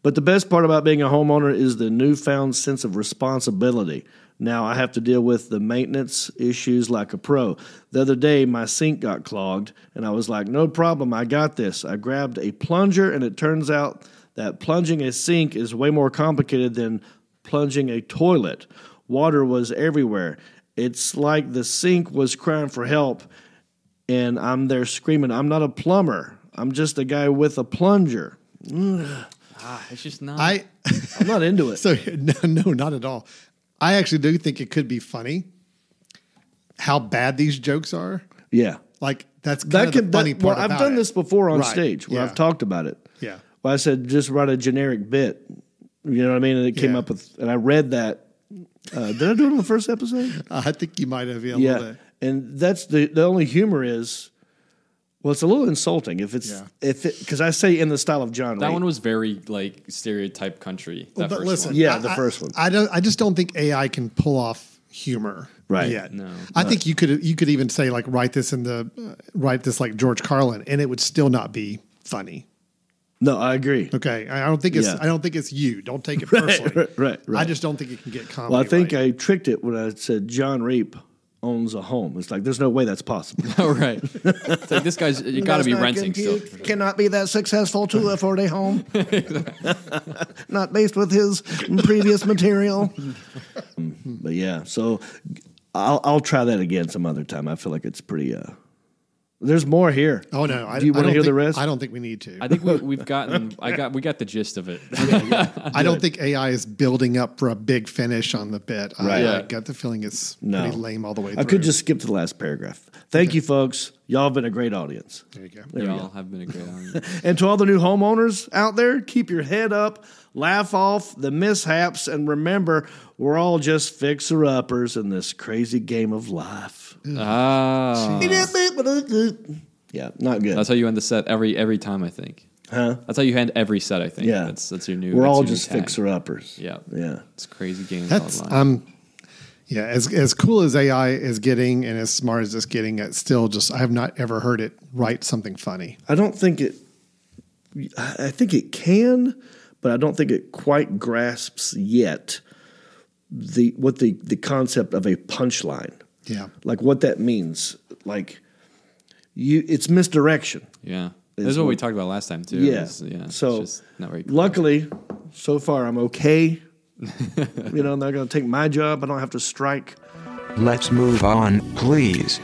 But the best part about being a homeowner is the newfound sense of responsibility. Now I have to deal with the maintenance issues like a pro. The other day, my sink got clogged, and I was like, no problem, I got this. I grabbed a plunger, and it turns out that plunging a sink is way more complicated than plunging a toilet. Water was everywhere. It's like the sink was crying for help, and I'm there screaming, I'm not a plumber. I'm just a guy with a plunger.
It's just not.
I
I'm not into it.
so no, no, not at all. I actually do think it could be funny how bad these jokes are.
yeah.
Like that's kind
That
of the
could
funny
that,
part.
well, I've
about
done
it.
this before on
Right,
stage where
yeah.
I've talked about it.
Yeah.
Well, I said just write a generic bit. You know what I mean? And it came
Yeah.
up with and I read that. Uh, did I do it on the first episode?
Uh, I think you might have yeah, a little
yeah.
bit.
And that's the the only humor is well, it's a little insulting if it's
Yeah.
if it because I say in the style of John.
that
Wayne.
one was very like stereotype country. That
But
first
listen,
one.
Yeah, the
I-
first one.
I, I don't. I just don't think AI can pull off humor.
Right.
Yet.
No.
I think you could you could even say like write this in the uh, write this like George Carlin, and it would still not be funny.
no, I agree.
Okay, I I don't think it's
Yeah.
I don't think it's you. Don't take it personally.
right, right, right.
I just don't think it can get comedy.
Well, I think
right.
I tricked it when I said John Reap owns a home. It's like there's no way that's possible.
oh, right. It's like this guy's you got to be renting still.
cannot be that successful to afford a home. not based with his previous material. but yeah, so I'll I'll try that again some other time. I feel like it's pretty. Uh, there's more here.
oh no, I,
Do you
I
want to
don't
hear the
think-
rest?
I don't think we need to.
I think we, we've gotten. I got. We got the gist of it.
I don't think AI is building up for a big finish on the bit.
Right.
I, I
Yeah.
got the feeling it's
No.
pretty lame all the way.
I
through.
could just skip to the last paragraph. Thank you, folks. Y'all have been a great audience.
There you go.
Y'all have been a great. audience.
And to all the new homeowners out there, keep your head up, laugh off the mishaps, and remember we're all just fixer uppers in this crazy game of life.
Ah,
Yeah, not good.
that's how you end the set every every time. I think. Huh? That's how you end every set. I think.
yeah,
That's that's your new.
We're
that's
all
your new
just
tag.
fixer uppers.
Yeah.
yeah.
It's crazy games
That's
online.
um, yeah. As as cool as AI is getting, and as smart as it's getting, it's still just I have not ever heard it write something funny.
I don't think it. I I think it can, but I don't think it quite grasps yet the what the the concept of a punchline.
Yeah.
like what that means. Like you, it's misdirection.
yeah. This is what we talked about last time too.
Yeah.
It's- yeah. it's
So
just not very.
luckily, so far I'm okay. you know, they're going to take my job. I don't have to strike.
Let's move on, please.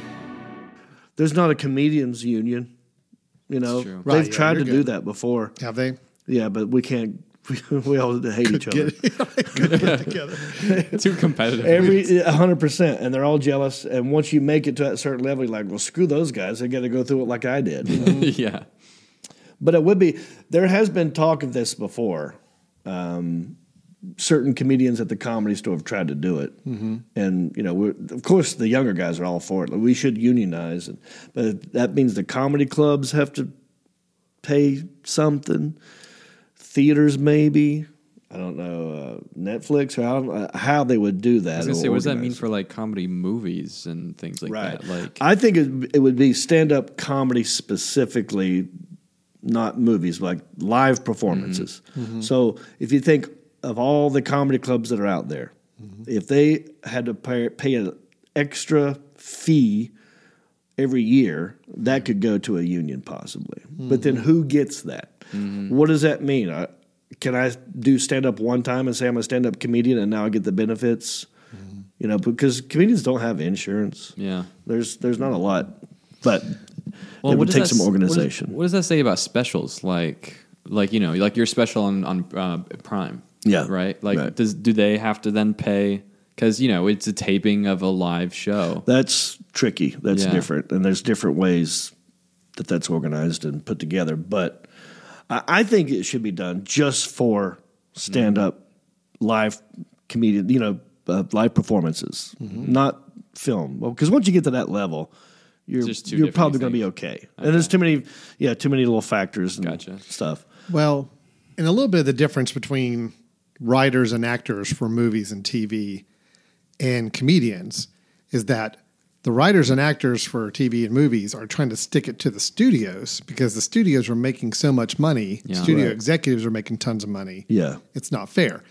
There's not a comedians union. You know,
true.
they've
Right, yeah,
tried to
you're
do
good.
that before.
Have they
Yeah, but we can't. We, all hate each other.
get could get together?
too competitive.
Every hundred percent, and they're all jealous. And once you make it to that certain level, you're like, "Well, screw those guys. They got to go through it like I did." you know?
yeah.
But it would be. There has been talk of this before. Um, certain comedians at the comedy store have tried to do it,
Mm-hmm.
and you know, we're, of course, the younger guys are all for it. Like, we should unionize, and, but that means the comedy clubs have to pay something. Theaters, maybe. I don't know uh, Netflix or how, uh, how they would do that.
I was gonna
or
say, what does that mean
organize it.
for like comedy movies and things like
Right.
that? Like,
I think it, it would be stand up comedy specifically, not movies, like live performances.
Mm-hmm.
So if you think of all the comedy clubs that are out there, if they had to pay, pay an extra fee every year, that could go to a union possibly. But then who gets that?
Mm-hmm.
What does that mean? I, can I do stand up one time and say I'm a stand up comedian and now I get the benefits? You know, because comedians don't have insurance.
yeah.
There's there's not a lot, but
Well,
it
what
would
does
take
that-
some
what does-
organization.
What does, that say about specials? Like, like you know, like your special on on uh, Prime.
Yeah.
Right. Like,
Right.
does do they have to then pay? Because you know, it's a taping of a live show.
That's tricky. That's
Yeah.
different, and there's different ways that that's organized and put together. But I, I think it should be done just for stand up live comedian, you know, uh, live performances,
Mm-hmm.
not film. Because once you get to that level. You're,
Just two
you're
different
probably going to be
things.
okay. and there's too many, yeah, too many little factors and
Gotcha.
stuff.
Well, and a little bit of the difference between writers and actors for movies and TV and comedians is that the writers and actors for TV and movies are trying to stick it to the studios because the studios are making so much money.
Yeah.
Studio
Right.
executives are making tons of money.
Yeah.
It's not fair.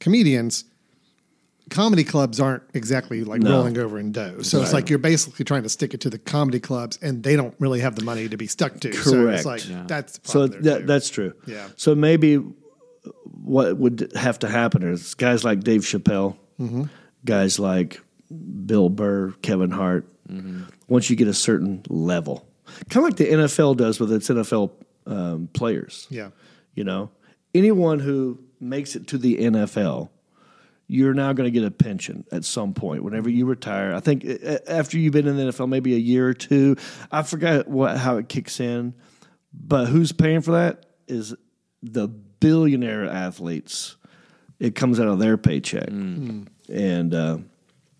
Comedians, comedy clubs aren't exactly like
No.
rolling over in dough. So it's like you're basically trying to stick it to the comedy clubs and they don't really have the money to be stuck to. So
Correct.
it's like that's the
So
problem there,
that,
too.
that's true.
Yeah.
So maybe what would have to happen is guys like Dave Chappelle,
Mm-hmm.
guys like Bill Burr, Kevin Hart,
Mm-hmm.
once you get a certain level, kind of like the NFL does with its NFL um, players.
yeah.
You know, anyone who makes it to the NFL, you're now going to get a pension at some point. Whenever you retire, I think uh, after you've been in the NFL maybe a year or two, I forgot what how it kicks in, but who's paying for that is the billionaire athletes. It comes out of their paycheck, and uh,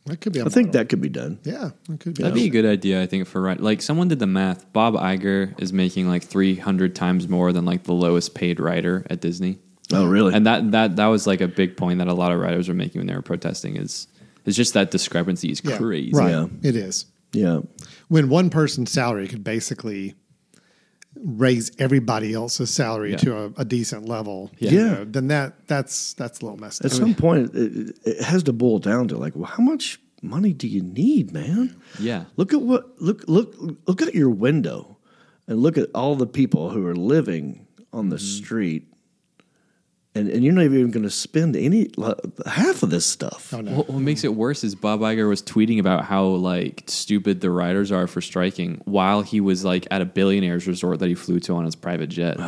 That could be.
I think that could be done.
Yeah, that could be.
That'd be a good idea, I think, for right. Like someone did the math. Bob Iger is making like three hundred times more than like the lowest paid writer at Disney,
Oh, really?
and that that that was like a big point that a lot of writers were making when they were protesting. Is is just that discrepancy is
Yeah,
crazy.
Right.
Yeah.
It is.
yeah,
when one person's salary could basically raise everybody else's salary
Yeah.
to a, a decent level,
Yeah.
you
Yeah.
know, then that that's that's a little messed
at
up.
some point it, it- it has to boil down to like, well, how much money do you need, man?
Yeah.
Look at what look look look out your window and look at all the people who are living on the
Mm-hmm.
street. And, and you're not even going to spend any like, half of this stuff.
Oh, no.
What, what makes it worse is Bob Iger was tweeting about how like stupid the writers are for striking while he was like at a billionaire's resort that he flew to on his private jet.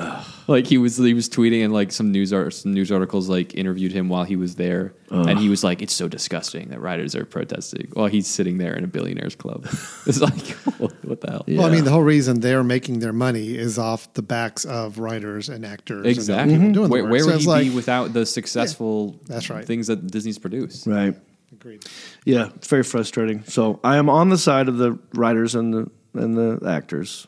like he was he was tweeting and like some news art some news articles like interviewed him while he was there and he was like it's so disgusting that writers are protesting while he's sitting there in a billionaire's club. it's like what, what the hell?
Well, I
Yeah.
mean, the whole reason they're making their money is off the backs of writers and actors.
Exactly. Mm-hmm.
And the people doing the
Where,
work.
where
So
would
it's
he be
like-
without the successful
that's right.
things that Disney's produced?
Right.
Agreed.
Yeah, it's very frustrating. So I am on the side of the writers and the and the actors,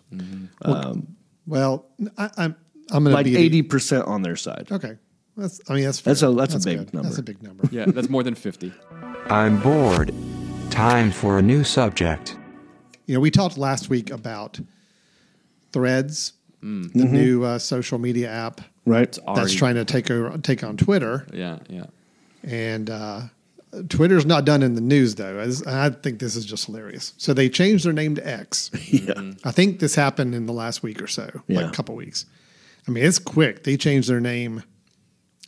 Well, I, I'm I'm going
like
to be
eighty percent on their side.
Okay, that's I mean that's
That's
fair.
a- that's a big
good.
number.
That's a big number.
Yeah, that's more than fifty.
I'm bored. Time for a new subject.
You know, we talked last week about Threads,
Mm.
the
Mm-hmm.
new uh, social media app
Right.
that's
Already-
trying to take over take on Twitter.
Yeah, yeah.
And uh, Twitter's not done in the news though. As- and I think this is just hilarious. So they changed their name to X.
Yeah.
I think this happened in the last week or so, like
Yeah.
a couple weeks. I mean, it's quick. They changed their name.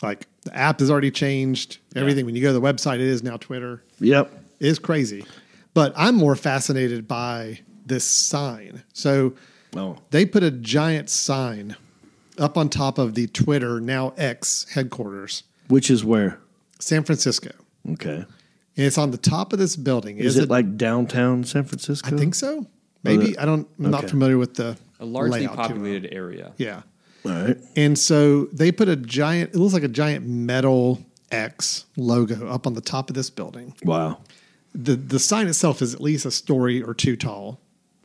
Like the app has already changed. Everything. When you go to the website, it is now Twitter.
Yep.
It is crazy. But I'm more fascinated by this sign. So
Oh.
they put a giant sign up on top of the Twitter now X headquarters,
Which is where?
San Francisco.
Okay.
And it's on the top of this building.
Is, it, like downtown San Francisco?
I think so. Maybe
the-
I don't. I'm not
okay.
familiar with the
A largely
layout too well.
populated area.
Yeah,
All right.
and so they put a giant. It looks like a giant metal X logo up on the top of this building.
Wow.
the The sign itself is at least a story or two tall,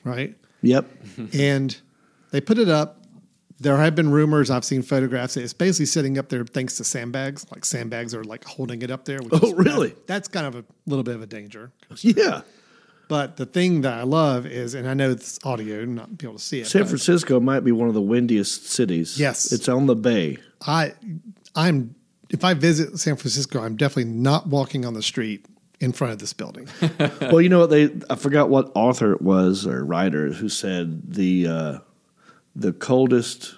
right?
Yep.
Mm-hmm.
and they put it up. There have been rumors. I've seen photographs. that It's basically sitting up there thanks to sandbags. Like sandbags are like holding it up there. which
Oh, really?
that- that's kind of a little bit of a danger.
Yeah.
But the thing that I love is, and I know it's audio, not be able to see it.
San
but
Francisco might be one of the windiest cities.
Yes.
It's on the bay.
I, I'm if I visit San Francisco, I'm definitely not walking on the street in front of this building.
well, you know what they I forgot what author it was or writer who said the uh, the coldest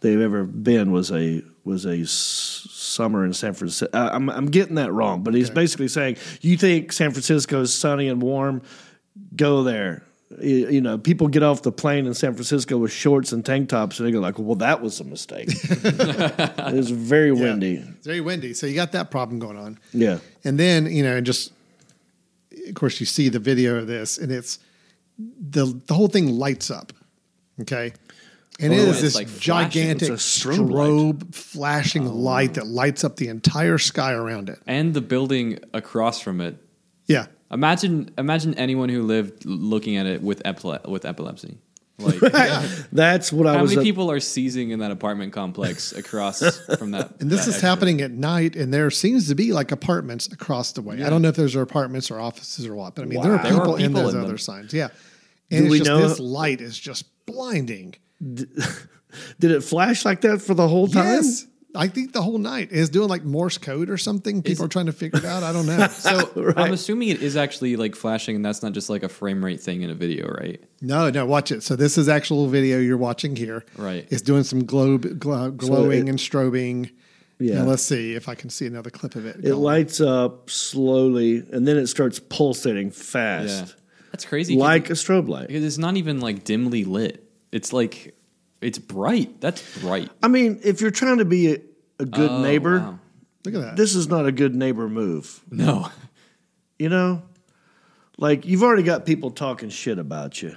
they've ever been was a was a s- summer in San Francisco. Uh, I'm I'm getting that wrong, but he's basically saying you think San Francisco is sunny and warm, go there. You you know, people get off the plane in San Francisco with shorts and tank tops, and they go like, "Well, that was a mistake. it was very windy."
It's very windy, so you got that problem going on.
Yeah,
And then, you know, and just of course you see the video of this and it's the the whole thing lights up. Okay. And it
Oh,
is
it's
this
like flashing.
gigantic
It's a
strobe,
strobe
flashing light that lights up the entire sky around it.
and the building across from it.
Yeah.
Imagine, imagine anyone who lived looking at it with epile- with epilepsy. Like,
That's what I
how
was.
many
up-
people are seizing in that apartment complex across from that?
And this
is
is happening at night, and there seems to be like apartments across the way. I don't know if those are apartments or offices or what, but I mean, there are
Wow. There are
people, in
people
those
in
other
them.
signs. Yeah. And
we
it's just
know-
this light is just blinding.
Did it flash like that for the whole time?
Yes. I think the whole night is doing like Morse code or something. People are trying to figure it out. I don't know.
So I'm assuming it is actually like flashing, and that's not just like a frame rate thing in a video, right?
no, no, watch it. So this is actual video you're watching here.
Right.
It's doing some globe, glo- glowing
it-
and strobing.
Yeah.
Now, let's see if I can see another clip of it.
It
Go on.
lights up slowly and then it starts pulsating fast,
that's crazy. 'cause
like a strobe light.
Because it's not even like dimly lit. It's like it's bright. That's bright.
I mean, if you're trying to be a, a good
Oh,
neighbor,
wow.
Look at that.
this is not a good neighbor move.
No.
You know, like you've already got people talking shit about you.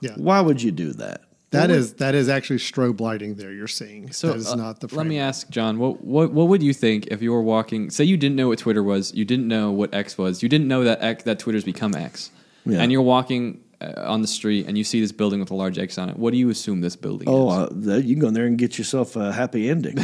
yeah.
Why would you do that?
That is that is actually strobe lighting there you're seeing.
So
that is
uh,
not the frame.
Let me ask John, what what what would you think if you were walking say you didn't know what Twitter was, you didn't know what X was, you didn't know that X that Twitter's become X.
Yeah.
And you're walking uh, on the street and you see this building with a large X on it. What do you assume this building
Oh,
is?
uh, that- you can go in there and get yourself a happy ending.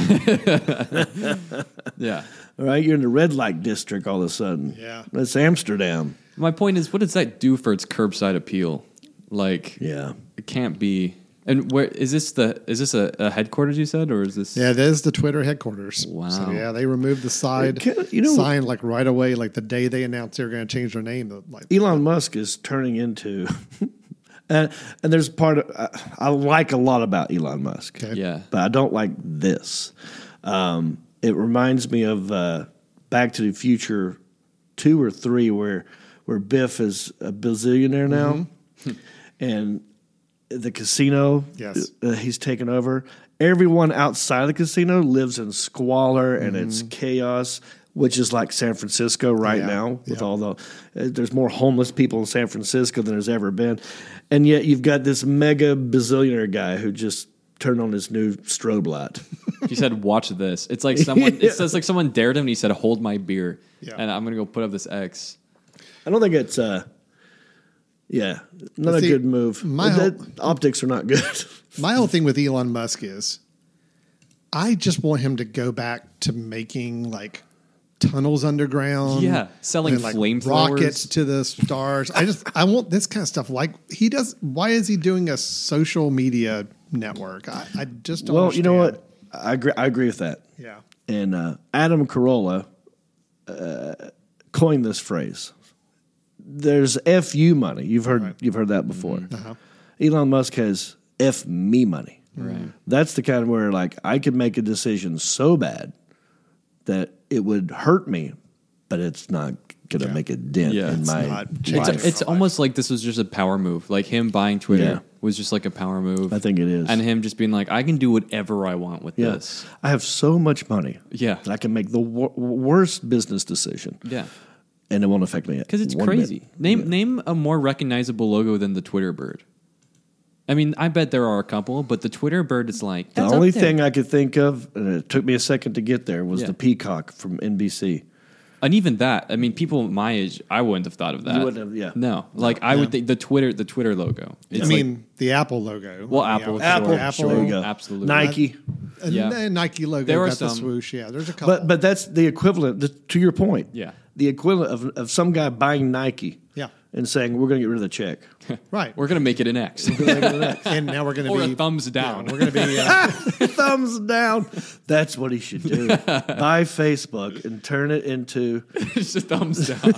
yeah.
all right, you're in the red light district all of a sudden.
Yeah.
that's Amsterdam.
My point is what does that do for its curbside appeal? Like
Yeah,
it can't be and where is this the is this a, a headquarters you said or is this
Yeah, there's the Twitter headquarters. So,
Wow.
yeah, they removed the side
Can- you know-
sign like right away, like the day they announced they were going to change their name. the- Like,
Elon Musk is turning into, and and there's part of I, I like a lot about Elon Musk,
Okay.
Yeah.
but I don't like this. Um, it reminds me of uh, Back to the Future two or three, where where Biff is a bazillionaire now, and the casino
Mm-hmm. Yes.
uh, he's taken over. Everyone outside the casino lives in squalor and it's
Mm-hmm.
chaos, which is like San Francisco right
Yeah,
now. With
yeah.
all the, uh, there's more homeless people in San Francisco than there's ever been, and yet you've got this mega bazillionaire guy who just turned on his new strobe light.
He said, "Watch this." It's like someone. It says like someone dared him, and he said, "Hold my beer,"
Yeah.
and I'm gonna go put up this X.
I don't think it's, uh, yeah, not
See,
a good move.
my
That- optics are not good.
my whole thing with Elon Musk is I just want him to go back to making like tunnels underground.
Yeah, selling
and, like,
flamethrowers.
rockets to the stars. I just I want this kind of stuff. Like he does. Why is he doing a social media network? I, I just don't.
well, you know
understand.
what? I agree. I agree with that.
Yeah.
and uh, Adam Carolla uh, coined this phrase. There's fu money. You've heard you've heard that before. Elon Musk has f me money. Right. That's the kind of where like I could make a decision so bad that it would hurt me, but it's not going to make a dent
Yeah,
in
it's
my
not
It's,
changing.
life.
it's almost like this was just a power move. Like him buying Twitter
Yeah.
was just like a power move.
I think it is.
And him just being like, "I can do whatever I want with
Yeah.
this."
I have so much money.
Yeah.
that I can make the wor- worst business decision,
Yeah,
and it won't affect me
because it's
one bit.
crazy. Name name a more recognizable logo than the Twitter bird. I mean, I bet there are a couple, but the Twitter bird is like
The
"That's up
only
there."
thing I could think of, and it took me a second to get there, was
Yeah.
the peacock from NBC.
And even that, I mean, people my age, I wouldn't have thought of that.
wouldn't have- yeah.
No, like I would think the Twitter, the Twitter logo. It's
I
like-
mean, the Apple logo.
well,
Yeah.
Apple,
Apple,
sure,
Apple.
there you go.
absolutely.
Nike,
And
Yeah.
the Nike logo.
There are
got the
some.
swoosh. Yeah, there's a couple.
but but that's the equivalent th- to your point.
Yeah.
the equivalent of, of some guy buying Nike.
Yeah.
and saying we're going to get rid of the check.
right.
We're gonna make it an X
and now we're going to
or
be
a thumbs down.
We're going to be uh,
Thumbs down. That's what he should do. Buy Facebook and turn it into
Just a thumbs down.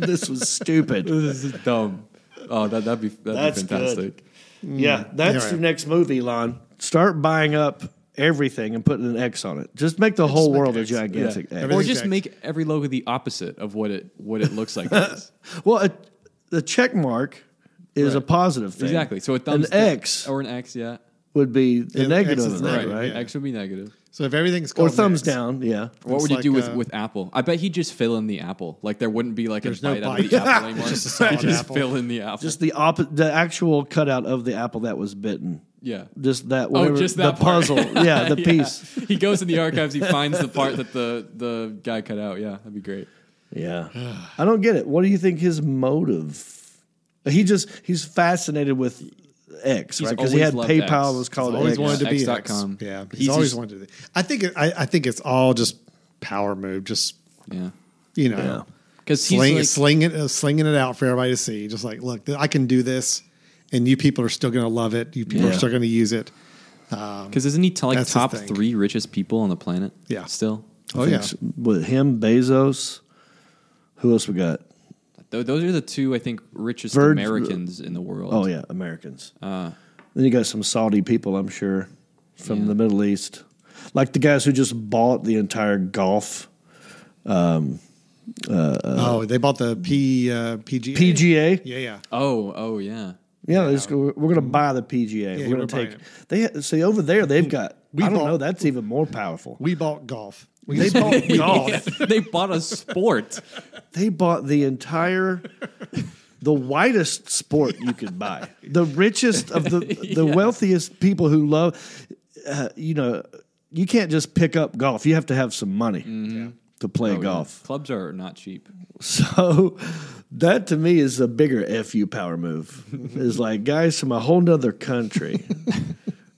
this was stupid.
this is dumb. Oh, that that'd be that'd
That's
be
good.
fantastic.
Yeah, that's
Yeah.
your next move, Elon. Start buying up everything and putting an X on it. Just make the whole
make
world a
X. Yeah.
gigantic X.
Everything-
Or just
X.
make every logo the opposite of what it what it looks like. it is.
Well, a, the check mark is a
Right.
positive thing.
Exactly. So a
an
thumbs down-
X
or an X. Yeah.
would be the
Yeah,
negative
X is
of that,
Right.
negative,
right?
yeah.
X would be negative.
so if everything's
Or
called
thumbs
Next,
down, yeah.
What
It's
would you
like,
do with,
uh,
with Apple? I bet he'd just fill in the apple. Like there wouldn't be like
The's
a
no
bite out of the
bite.
apple anymore.
It's just a solid
He'd just
apple.
fill in the apple.
Just the op- the actual cutout of the apple that was bitten.
yeah.
Just that whatever
Oh, just that
the
part.
puzzle. yeah, the piece.
He goes in the archives. He finds the part that the the guy cut out. Yeah, that'd be great.
Yeah. I don't get it. What do you think his motive? He just he's fascinated with X,
He's
right? Because he had
always loved X.
PayPal was called
He's
always
X.
wanted to be X.
X.com.
Yeah, he's,
He's
always
just-
wanted to. Be. I think it, I, I think it's all just power move. Just
Yeah.
you know,
Because he's
sling,
like,
slinging uh, slinging it out for everybody to see. Just like, look, th- I can do this, and you people are still going to love it. You people are
Yeah.
still going to use it.
Because isn't he t- like
That's his
top
thing.
three richest people on the planet?
Yeah.
Still,
Oh yeah,
Thanks. With him, Bezos. Who else we got?
Th- those are the two I think richest
Virg-
Americans in the world.
Oh yeah, Americans.
Uh.
then you got some Saudi people, I'm sure, from
Yeah.
the Middle East, like the guys who just bought the entire Gulf
Uh,
oh, they bought the P uh, PGA.
PGA.
Yeah, yeah.
Oh, oh yeah.
Yeah, they just go, we're going to buy the PGA.
Yeah,
we're
we're
going to
buying
take. They see over there they've got.
We
I don't
bought-
know. That's even more powerful.
We bought golf. We
They
just bought
bought golf.
they bought a sport.
They bought the entire, the widest sport you could buy. The richest of the the wealthiest people who love, uh, you know, you can't just pick up golf. You have to have some money
Mm-hmm.
to
Oh,
play golf.
Clubs are not cheap.
So that to me is a bigger fu power move. Is like guys from a whole nother country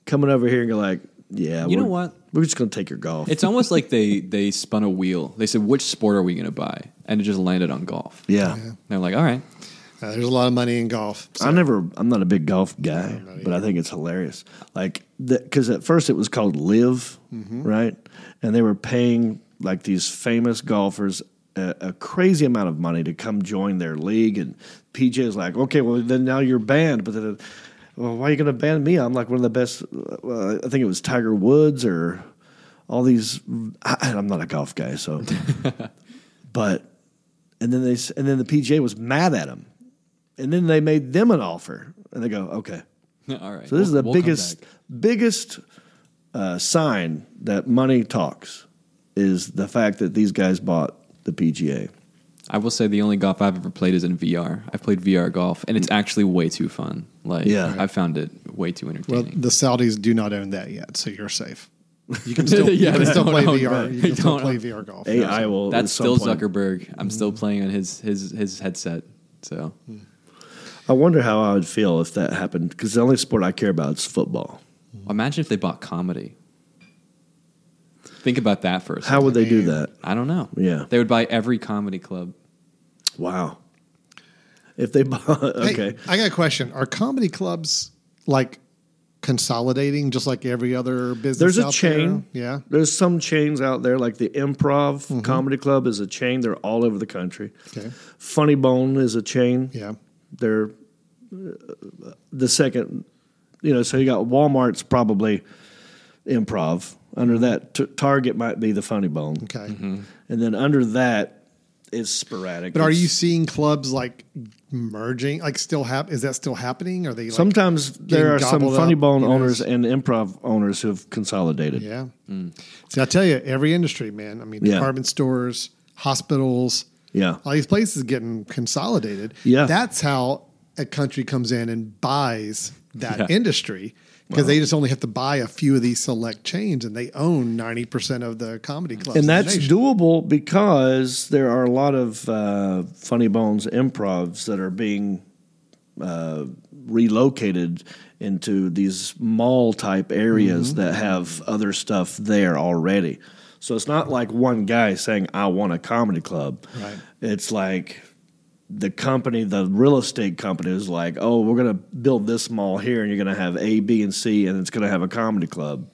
coming over here and go like, yeah,
You know
we're-
what?
We're just gonna take your golf.
It's almost like they they spun a wheel. They said, "Which sport are we going to buy?" And it just landed on golf.
yeah.
They're like, "All right,
Uh, there's a lot of money in golf. So
I never. I'm not a big golf guy, but I think it's hilarious. Like because at first it was called Live, right? And they were paying like these famous golfers a, a crazy amount of money to come join their league. And PJ is like, okay, well then now you're banned. But then, well, why are you going to ban me? I'm like one of the best. Uh, I think it was Tiger Woods or all these. I, I'm not a golf guy, so. but and then they s- and then the PJ was mad at him and then they made them an offer, and they go, okay.
all right."
So this is
We'll-
the
we'll come
biggest,
back.
biggest uh, sign that money talks is the fact that these guys bought the PGA.
I will say the only golf I've ever played is in VR. I've played VR golf, and it's actually way too fun. Like,
Yeah.
I found it way too
well,
entertaining.
the Saudis do not own that yet, so you're safe. You can still,
Yeah,
you can
they
still
don't
play
own
VR.
that.
You
They
can still
don't
play
own-
VR golf.
AI will. at
That's
some
still
point- Mm-hmm.
Zuckerberg. I'm still playing on his his his headset. So
I wonder how I would feel if that happened because the only sport I care about is football.
imagine if they bought comedy. Think about that first.
How would they do that?
I don't know.
Yeah.
they would buy every comedy club.
Wow. If they bought,
Hey,
okay.
I got a question. Are comedy clubs like consolidating just like every other business?
There's a
out
chain.
There? Yeah. Mm-hmm.
There's some chains out there, like the Improv Comedy Club is a chain. They're all over the country.
Okay.
Funny Bone is a chain.
Yeah.
They're uh, the second, you know, so you got Walmart's probably improv. Under that, t- Target might be the Funny Bone. Mm-hmm.
Okay.
And then under that, it's sporadic.
But are you
It's-
seeing clubs like merging? Like still hap- is that still happening? Are they like,
Sometimes there are some
gobbled
Funny
up,
Bone
you know,
owners and improv owners who have consolidated.
Yeah. See, I tell you, every industry, man. I mean,
Mm. Yeah.
department stores, hospitals,
Yeah.
all these places getting consolidated.
Yeah.
That's how a country comes in and buys that
Yeah.
industry because they just only have to buy a few of these select chains and they own 90% of the comedy clubs. in
and
the
that's
nation.
doable because there are a lot of uh, funny bones improvs that are being uh, relocated into these mall type areas
Mm-hmm.
that have other stuff there already so it's not like one guy saying i want a comedy club
Right.
it's like the company the real estate company is like oh we're going to build this mall here and you're going to have a b and c and it's going to have a comedy club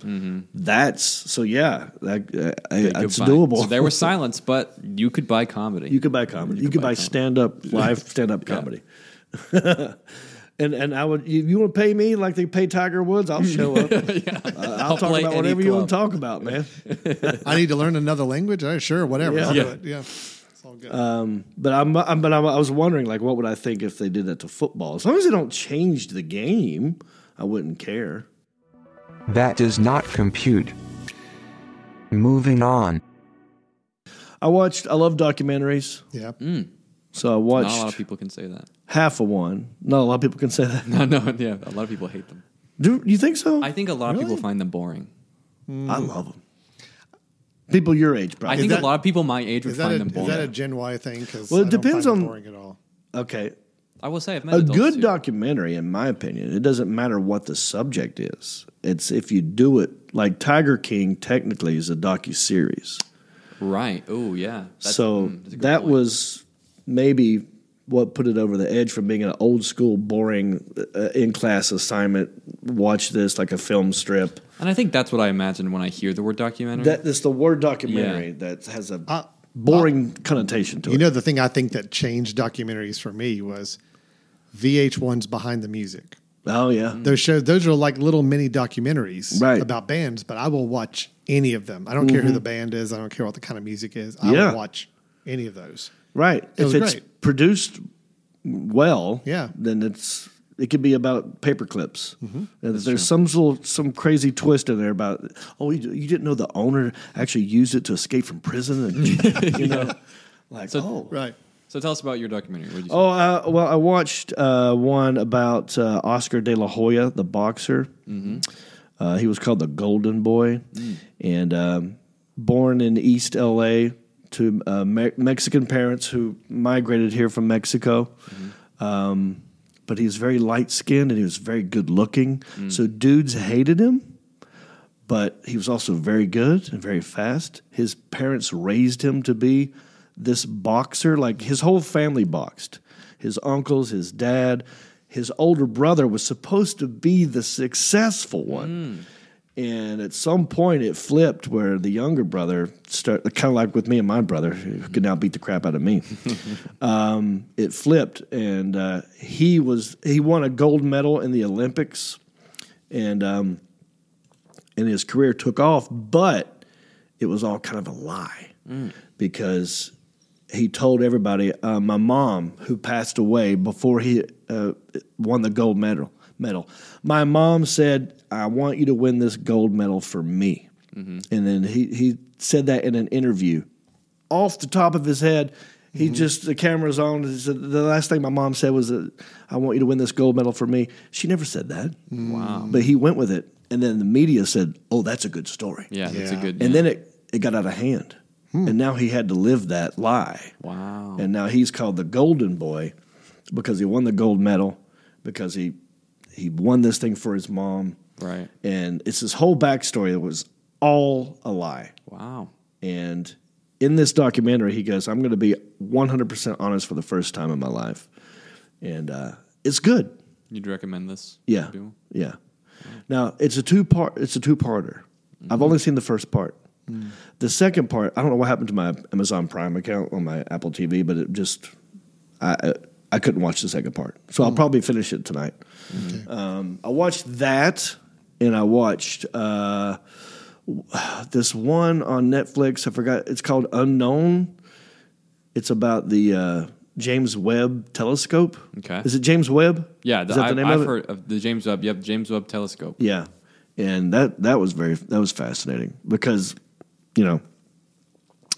that's so yeah that, uh,
Mm-hmm. They could
it's
buy-
doable.
So there was silence, but you could buy comedy.
you could buy comedy. You, could buy
comedy.
stand up live stand up comedy. and and I would if you want to pay me like they pay Tiger Woods, I'll show up. Uh, I'll, talk
play
about
any
whatever you want to
club.
talk about, man.
I need to learn another language. Oh, sure, whatever.
Yeah. Uh,
I'll do
Yeah.
it. Yeah. It's all good.
But I'm, I'm but I'm, I was wondering like what would I think if they did that to football? As long as they don't change the game, I wouldn't care.
That does not compute. Moving on.
I watched. I love documentaries,
yeah.
so I
Not a Mm. lot of
watched
people can say that.
half of one. Not a lot of people can say that.
No, no, yeah, a lot of people hate them.
Do you think so?
I
I,
think a lot of people find them boring.
love them. People your age,
I
probably.
think
that-
a lot of people my age would
Is that,
find
a,
them
is
boring.
that a Gen Y thing? 'Cause
Well, it
I don't find
depends
them
on-
boring at all.
Okay.
I will say I've met
A
adults
good
who-
documentary, in my opinion, it doesn't matter what the subject is. It's if you do it like Tiger King. Technically, is a docu series.
right? Oh yeah. That's-
So
mm, that's a good
that
point.
was maybe what put it over the edge from being an old school, boring uh, in class assignment. Watch this like a film strip.
and I think that's what I imagine when I hear the word documentary.
That is the word documentary that has a
Uh,
boring connotation to
You
it.
know, the thing I think that changed documentaries for me was VH1's Behind the Music.
oh yeah,
Those shows, those are like little mini documentaries
Right. Mm-hmm.
about bands, but I will watch any of them. I don't care who the band is. I don't care what the kind of music is.
Yeah.
I will watch any of those.
right. if
was
it's
great.
produced well,
Yeah. Mm-hmm.
then it's it could be about paper clips. And there's some little some crazy twist in there about oh you, you didn't know the owner actually used it to escape from prison and you know like oh
Right.
so tell us about your documentary. What'd you
Oh uh, well, I watched uh, one about uh, Oscar De La Hoya, the boxer. Uh, he was called the Golden Boy, and um, born in East L.A. to uh, Me- Mexican parents who migrated here from Mexico. Um, but he was very light skinned and he was very good looking. So dudes hated him but he was also very good and very fast. His parents raised him to be this boxer. Like his whole family boxed his uncles, his dad, his older brother was supposed to be the successful one. And at some point, it flipped where the younger brother, start, kind of like with me and my brother, who could now beat the crap out of me. um, it flipped, and uh, he was he won a gold medal in the Olympics, and um, and his career took off, but it was all kind of a lie because he told everybody, uh, my mom, who passed away before he uh, won the gold medal, medal, my mom said, I want you to win this gold medal for me. And then he, he said that in an interview off the top of his head. He just the camera's on. He said, The last thing my mom said was, uh, "I want you to win this gold medal for me." She never said that. Wow! But he went with it, and then the media said, "Oh, that's a good story."
yeah, that's a
Yeah.
good.
And
yeah. Hmm.
then it it got out of hand, and now he had to live that lie.
wow.
And now he's called the Golden Boy because he won the gold medal because he he won this thing for his mom.
Right.
And it's his whole backstory that was all a lie.
Wow.
And in this documentary, he goes, I'm going to be 100% honest for the first time in my life. And uh, it's good.
You'd recommend this?
Yeah.
to people?
Yeah. Now, it's a two part it's a two-parter.
Mm-hmm.
I've only seen the first part.
Mm.
The second part, I don't know what happened to my Amazon Prime account on my Apple TV, but it just I I, I couldn't watch the second part. So
Mm.
I'll probably finish it tonight. Um, I watched that and I watched uh, this one on Netflix. I forgot. It's called Unknown. It's about the uh, James Webb Telescope.
Okay.
Is it James Webb?
Yeah,
Is
the,
that
I,
the name
I've
of it?
heard of the James Webb. Yep, James Webb Telescope.
Yeah, and that that was very that was fascinating because you know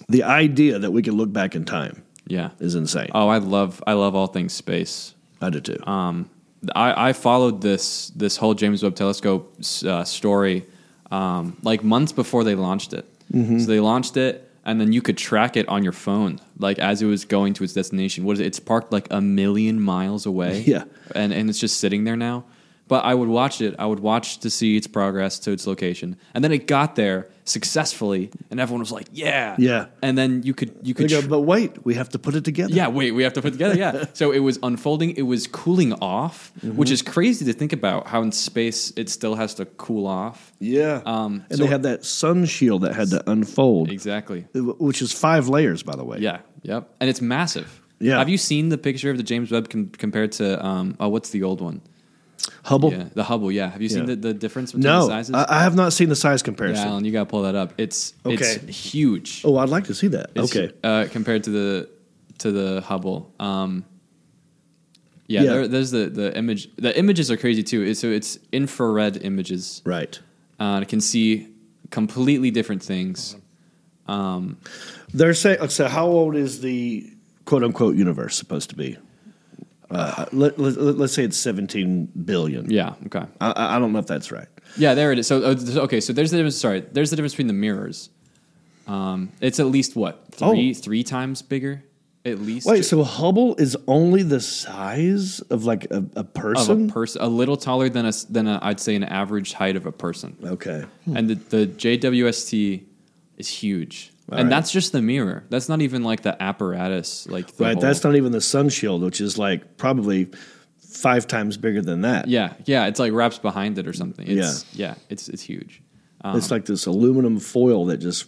the idea that we can look back in time
Yeah.
is insane.
Oh, I love I love all things space.
I do too.
Um, I, I followed this this whole James Webb Telescope uh, story um, like months before they launched it.
Mm-hmm.
So they launched it, and then you could track it on your phone, like as it was going to its destination. What is it? It's parked like a million miles away.
Yeah.
and and it's just sitting there now. But I would watch it. I would watch to see its progress to its location, and then it got there successfully, and everyone was like, "Yeah,
Yeah.
And then you could you
They
could
go,
tr-
but wait, we have to put it together.
yeah, wait, we have to put together. Yeah. so it was unfolding, it was cooling off,
Mm-hmm.
which is crazy to think about how in space it still has to cool off.
yeah.
Um,
and
so-
they had that sun shield that had to unfold,
Exactly.
which is five layers, by the way.
Yeah. Yep. And it's massive.
Yeah.
Have you seen the picture of the James Webb com- compared to um, oh what's the old one?
Hubble.
Yeah, the Hubble. Yeah. Have you seen
Yeah.
the, the difference between
No,
the sizes?
I, I have not seen the size
yeah,
comparison.
Alan, you got to pull that up. It's
Okay.
it's huge.
oh, I'd like to see that.
It's,
okay.
Uh, compared to the to the Hubble. Um, yeah,
Yeah.
There, there's the, the image. The images are crazy too. It's- So it's infrared images.
Right.
Uh, and it can see completely different things.
They're saying. So, how old is the quote unquote universe supposed to be? Uh, let, let, let's say it's 17 billion.
Yeah. Okay.
I- I, I don't know if that's right.
Yeah, there it is. So uh, th- okay, so there's the difference. Sorry, there's the difference between the mirrors. Um, it's at least what three three times bigger. at least
Oh. Wait, so Hubble is only the size of like a, a
of a
person?
person, a little taller than a s- than a, I'd say an average height of a person.
okay.
And the, the JWST is huge, and
right.
that's just the mirror. That's not even like the apparatus, like the
Right.
whole-
That's not even the sun shield, which is like probably five times bigger than that.
Yeah, yeah, it's like wraps behind it or something. It's, yeah, yeah, it's it's huge.
it's like this aluminum foil that just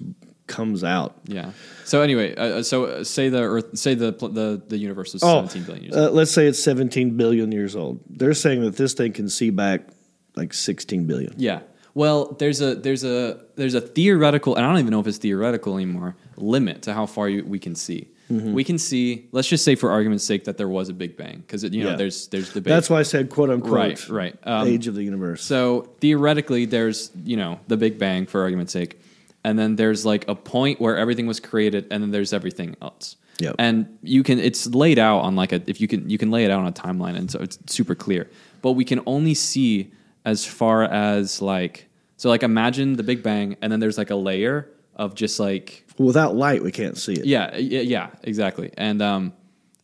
comes out.
Yeah. So anyway, uh, uh, so uh, say the Earth, say the pl- the the universe is
Oh,
seventeen billion years.
uh, let's say it's 17 billion years old. They're saying that this thing can see back like 16 billion.
Yeah. Well, there's a there's a there's a theoretical, and I don't even know if it's theoretical anymore. Limit to how far you, we can see.
Mm-hmm.
We can see. Let's just say, for argument's sake, that there was a Big Bang, because you know
Yeah.
there's there's debate.
That's why I said quote unquote
Right, right. Um,
age of the universe.
So theoretically, there's you know the Big Bang for argument's sake, and then there's like a point where everything was created, and then there's everything else.
Yep.
And you can it's laid out on like a if you can you can lay it out on a timeline, and so it's super clear. But we can only see as far as like so like imagine the Big Bang, and then there's like a layer of just like
Without light, we can't see it.
yeah yeah yeah exactly, and um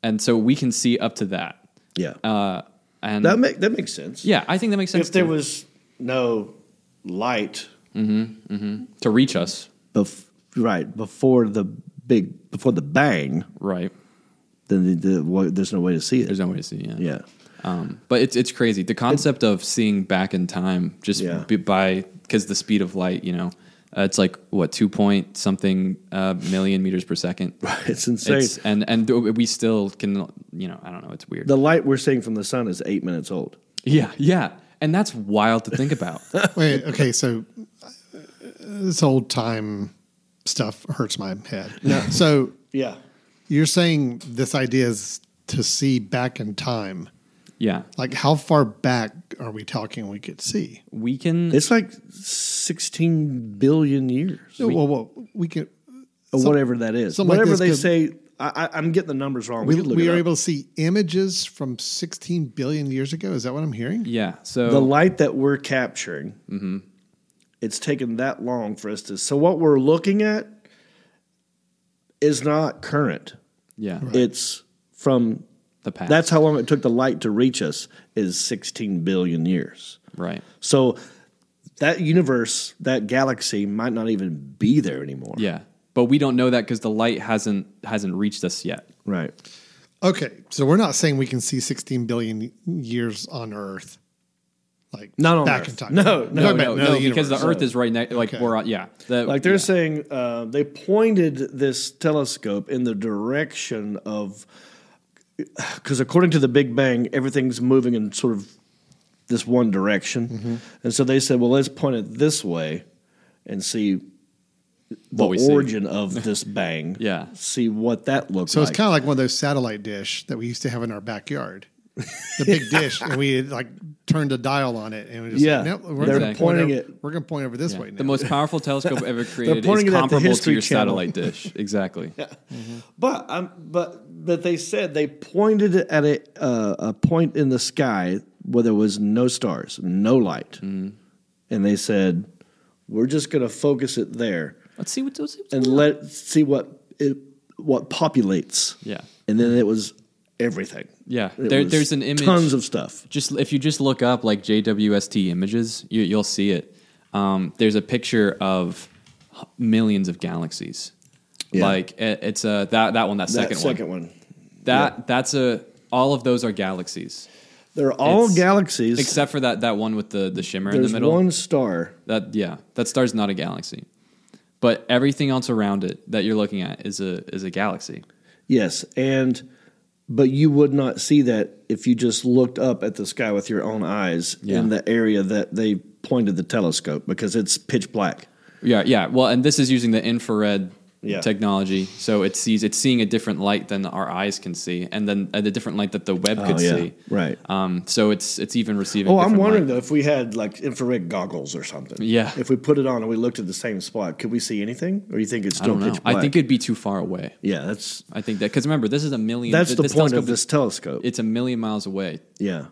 and so we can see up to that.
Yeah.
Uh, and
that, make, that makes sense.
yeah, I think that makes sense
If there
to,
was no light,
to reach us,
bef- right, before the big, before the bang,
right?
then the, the, well, there's no way to see it.
There's no way to see. Yeah.
yeah.
Um, but it's it's crazy. The concept of seeing back in time just
Yeah.
b- by because the speed of light, you know, uh, it's like what two point something uh, million meters per second.
It's insane.
It's, and and th- we still can, you know, I don't know. It's weird.
the light we're seeing from the sun is eight minutes old.
yeah, yeah. And that's wild to think about.
Wait, okay, so uh, this old time stuff hurts my head. So
Yeah.
you're saying this idea is to see back in time.
yeah,
Like, how far back are we talking we could see?
we can.
It's like 16 billion years.
No, well, well, we can.
or
Some-
whatever that is.
something like
Whatever
this
they
could-
say, I, I, I'm getting the numbers wrong. We,
We,
could look
we
it
are
up.
able to see images from 16 billion years ago. Is that what I'm hearing?
yeah. So
the light that we're capturing.
Mm-hmm.
It's taken that long for us to. So what we're looking at is not current.
yeah,
It's from.
the past.
That's how long it took the light to reach us is 16 billion years.
right.
So that universe, that galaxy, might not even be there anymore.
Yeah, but we don't know that because the light hasn't hasn't reached us yet.
Right.
Okay, so we're not saying we can see 16 billion years on Earth, like
Not on
back
Earth.
in time.
No,
We're
no,
talking
Oh, no,
about
no,
another
because the
universe.
Earth is right next. Like
Okay.
we're on, yeah, the,
Like they're
yeah.
saying, uh, they pointed this telescope in the direction of, because according to the Big Bang, everything's moving in sort of this one direction,
Mm-hmm.
and so they said, well, let's point it this way and see the
What we see.
origin of this bang.
Yeah.
see what that looks
So
like.
it's kind of like one of those satellite dish that we used to have in our backyard, the big dish, and we like turned a dial on it, and we just
Yeah,
nope, we're
they're
gonna point
pointing
over-
it-
We're going to point over this way. Now.
The most powerful telescope ever created
pointing it
is
at the
comparable to
History
your
Channel.
satellite dish. Exactly.
But um, but but they said they pointed it at a uh, a point in the sky where there was no stars, no light,
Mm-hmm.
and they said we're just going to focus it there
Let's see what those. what's
and
going on.
let see what it what populates.
Yeah.
and then it was everything.
Yeah.
It
There-
was
there's an image-
tons of stuff.
just if you just look up like JWST images, you, you'll see it. Um, there's a picture of h- millions of galaxies.
Yeah.
Like it, it's a that that one that second
that
one
second one.
that that's a all of those are galaxies
They're all
It's-
galaxies.
except for that that one with the the shimmer in
there's
the middle.
one star.
That yeah, that star's not a galaxy, but everything else around it that you're looking at is a is a galaxy.
Yes, and but you would not see that if you just looked up at the sky with your own eyes
Yeah.
in the area that they pointed the telescope because it's pitch black.
Yeah, yeah. Well, and this is using the infrared
Yeah.
technology, so it sees it's seeing a different light than our eyes can see, and then uh, the different light that the web could see.
Oh, right.
Um, so it's it's even receiving.
oh, I'm
different
wondering
light.
though if we had like infrared goggles or something.
Yeah.
If we put it on and we looked at the same spot, could we see anything? Or you think it's
I
still
don't know.
pitch black?
I think it'd be too far away.
yeah, that's
I think that because remember this is a million.
that's
th-
the point of
telescope is-
this telescope.
It's a million miles away.
yeah,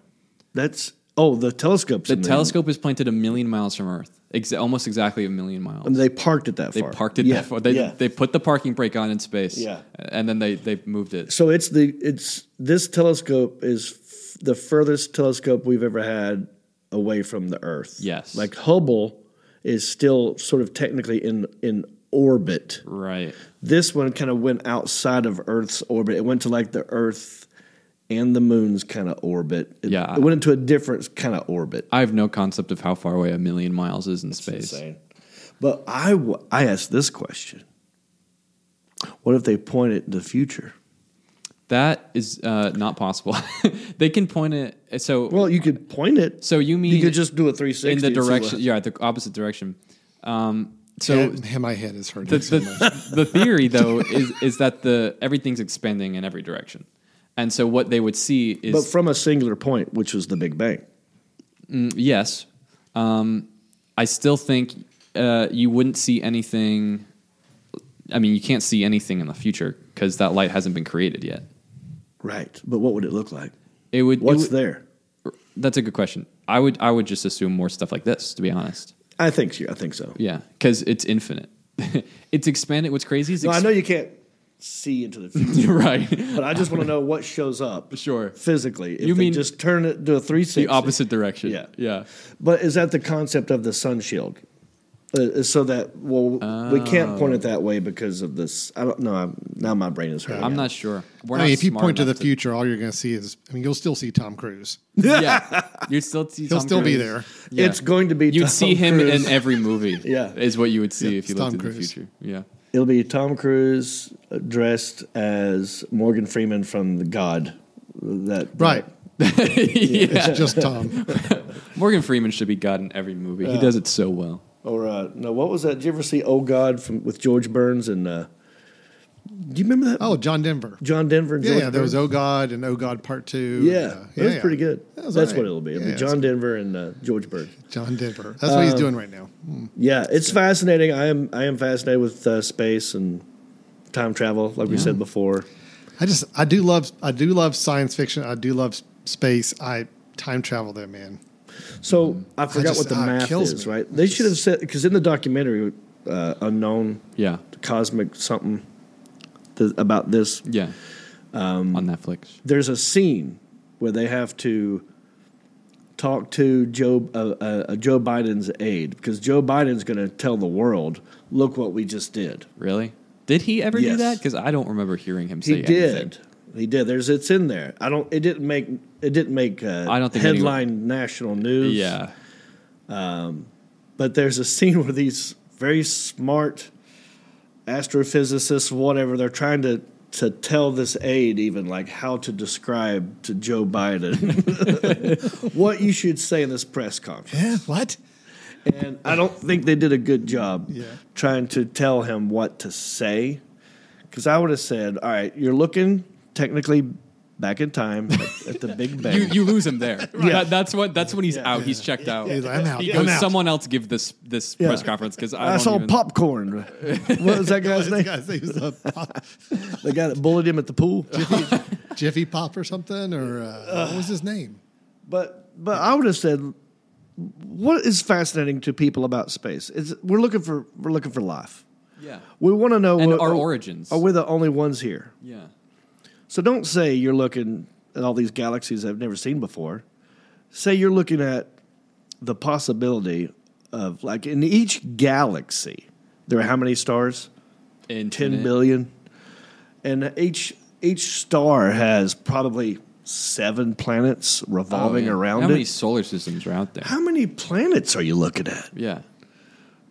that's Oh, the telescopes.
The
in there.
telescope is planted a million miles from Earth, ex- almost exactly a million miles.
And they parked it that
They
far.
parked it
Yeah,
that far. They,
yeah.
they put the parking brake on in space.
Yeah.
And then they, they moved it.
so it's the it's this telescope is f- the furthest telescope we've ever had away from the Earth.
Yes.
Like Hubble is still sort of technically in in orbit.
Right.
This one kind of went outside of Earth's orbit. It went to like the Earth and the moon's kind of orbit. It,
Yeah.
It went into a different kind of orbit.
I have no concept of how far away a million miles is in space.
Insane. But I, w- I asked this question What if they point at the future?
That is uh, not possible. they can point it. So,
Well, you could point it.
so you mean
you could just do a 360
in the
and see what-
direction? Yeah, the opposite direction. Um, so
So my head is hurting.
the,
so much.
the, the theory though is is that the everything's expanding in every direction, and so what they would see is
but from a singular point, which was the Big Bang.
yes. Um, I still think uh, you wouldn't see anything. I mean, you can't see anything in the future because that light hasn't been created yet.
Right. But what would it look like?
It would. it
What's
would-
there?
That's a good question. I would. I would just assume more stuff like this. To be honest.
I think so. I think so.
Yeah, because it's infinite. it's expanded. What's crazy is
No, I
ex-
know you can't see into the future,
you're right.
but I just want to know what shows up.
Sure.
Physically. If
You
they
mean
just turn it to a 360.
the opposite direction.
Yeah.
yeah.
But is that the concept of the sun shield? Uh, so that well, we can't point it that way because of this. I don't know. I'm, now my brain is hurting.
I'm not sure. We're
I mean,
not
if you
smart
point to the
enough
future, all you're going to see is I mean, you'll still see Tom Cruise.
yeah, you'd still see.
He'll
Tom
still be
Cruise.
there.
Yeah.
It's going to be.
You'd
Tom
see him
Cruise.
in every movie.
Yeah.
is what you would see if
it's
you looked
Tom
in the
Cruise.
future. Yeah,
It'll be Tom Cruise dressed as Morgan Freeman from The God. That
Right.
yeah.
It's just Tom.
Morgan Freeman should be God in every movie. He does it so well.
Or uh, no, what was that? Did you ever see Oh God from with George Burns and? Uh, do you remember that?
Oh, John Denver.
John Denver. And
Yeah,
George
yeah. There was
Burns?
Oh God and Oh God Part Two.
Yeah,
and, uh,
that was
yeah.
pretty good.
That was
That's
all
what
right.
it'll be. It'll
Yeah,
be
it's
John Um, Denver and uh, George Burns.
John Denver. That's what he's doing right now.
Yeah, it's fascinating. I am I am fascinated with uh, space and time travel, like we said before.
I just I do love I do love science fiction. I do love s- space. I time travel though, man.
So I forgot
just-
what the
ah, it
math
kills
is,
me.
right? They should have said because in the documentary, uh, unknown
Yeah,
cosmic something th- about this.
yeah.
Um,
On Netflix.
There's a scene where they have to talk to Joe uh, uh, Joe Biden's aide because Joe Biden's going to tell the world, look what we just did.
Really? Did he ever do
Yes.
that? Because I don't remember hearing him say
He did.
anything.
He did. There's it's in there. I don't. It didn't make. It didn't make. Uh,
I don't think
headline national news.
Yeah.
But there's a scene where these very smart astrophysicists, whatever, they're trying to to tell this aide even like how to describe to Joe Biden what you should say in this press conference.
Yeah. What?
And I don't think they did a good job
Yeah.
trying to tell him what to say. Because I would have said, all right, you're looking technically back in time at, at the Big Bang.
you you lose him there. That- that's what. That's when he's out. He's checked out.
He's like, I'm out.
He
I'm
goes,
out.
Someone else give this this press conference because I,
I
don't
saw
even-
popcorn. What was that guy's
This
name?
guy's name's uh, Pop,
The guy that bullied him at the pool.
Jiffy Pop or something, or uh, what was his name?
But but I would have said, what is fascinating to people about space is we're looking for we're looking for life.
Yeah.
We want to know
And
what-
our
are-
origins.
Are we the only ones here?
Yeah.
So don't say you're looking at all these galaxies I've never seen before. Say you're looking at the possibility of like in each galaxy there are how many stars?
In
Ten billion. And each each star has probably seven planets revolving around
Oh, How
it.
many solar systems are out there?
how many planets are you looking at?
Yeah.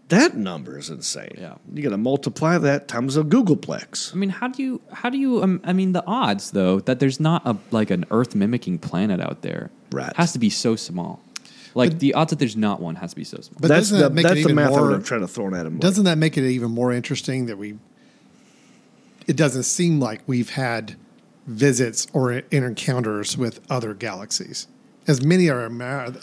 That number is insane.
Yeah.
You got to multiply that times a Googleplex.
I mean, how do you how do you um, I mean the odds though that there's not a like an Earth mimicking planet out there
Right.
has to be so small. Like the odds that there's not one has to be so small.
But
that's
doesn't
the,
that make
that's
it
the
even
math I would
more-
have tried to throw at him.
Doesn't that make it even more interesting that we? It doesn't seem like we've had visits or encounters with other galaxies, as many are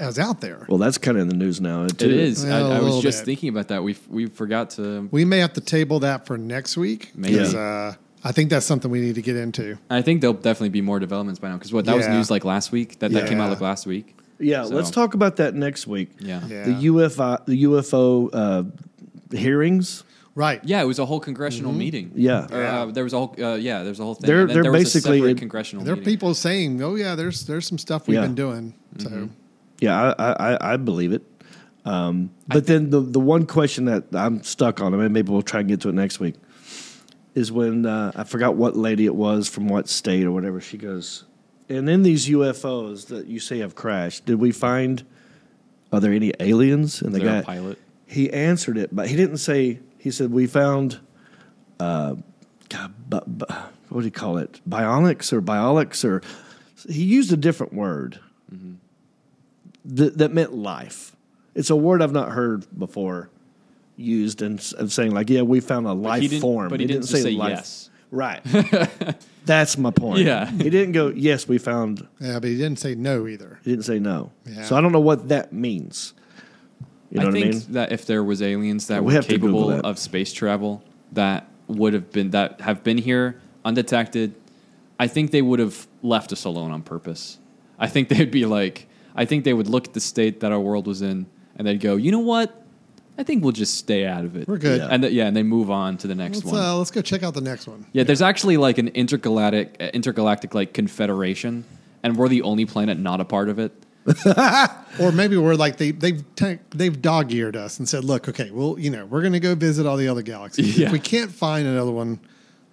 as out there.
Well, that's kind of in the news now. uh, Too.
it is.
Yeah,
I, I
a
was
little
just
bit.
thinking about that. We we forgot to.
We may have to table that for next week.
Maybe.
'cause, Uh, I think that's something we need to get into.
I think there'll definitely be more developments by now because what that was
Yeah.
news like last week. That that came out
Yeah.
like last week.
Yeah,
So-
let's talk about that next week.
Yeah. yeah.
The
Yeah.
UFO, the UFO uh, hearings.
Right.
it was a whole congressional meeting.
Mm-hmm. Yeah.
Or,
Yeah.
uh, there was a whole uh, yeah, there's a whole thing.
They're-
And then
they're
there was a
basically
separate
in-
congressional
There are
meeting.
people saying, "Oh yeah, there's there's some stuff we've
Yeah.
been doing." So
Mm-hmm.
Yeah, I, I- I, I believe it. Um, but then the, the one question that I'm stuck on, I mean, maybe we'll try and get to it next week, is when uh, I forgot what lady it was from what state or whatever. She goes, and in these UFOs that you say have crashed, did we find? Are there any aliens? And
Is
the
there
guy
a pilot?
he answered it, but he didn't say. He said we found, uh, God, bu- bu- what do you call it? Bionics or biolics or he used a different word that, that meant life. It's a word I've not heard before used and of saying like, yeah, we found a life
didn't-
form.
but he didn't just say yes.
Right. That's my point.
Yeah.
He didn't go, yes, we found
yeah, but he didn't say no either.
he didn't say no.
Yeah.
So I don't know what that means. You know
I
what
think
I mean?
that if there was aliens that
We
were
have to Google
capable
that.
of space travel, that would have been that have been here undetected. I think they would have left us alone on purpose. I think they'd be like, I think they would look at the state that our world was in, and they'd go, you know what? I think we'll just stay out of it.
We're good.
Yeah.
And th- yeah, and they move on to the next
Let's
one.
uh, let's go check out the next one.
Yeah, there's actually like an intergalactic, uh, intergalactic like confederation, and we're the only planet not a part of it.
Or maybe we're like they they've ta- they've dog eared us and said, "Look, okay, well, you know, we're going to go visit all the other galaxies.
Yeah.
If we can't find another one,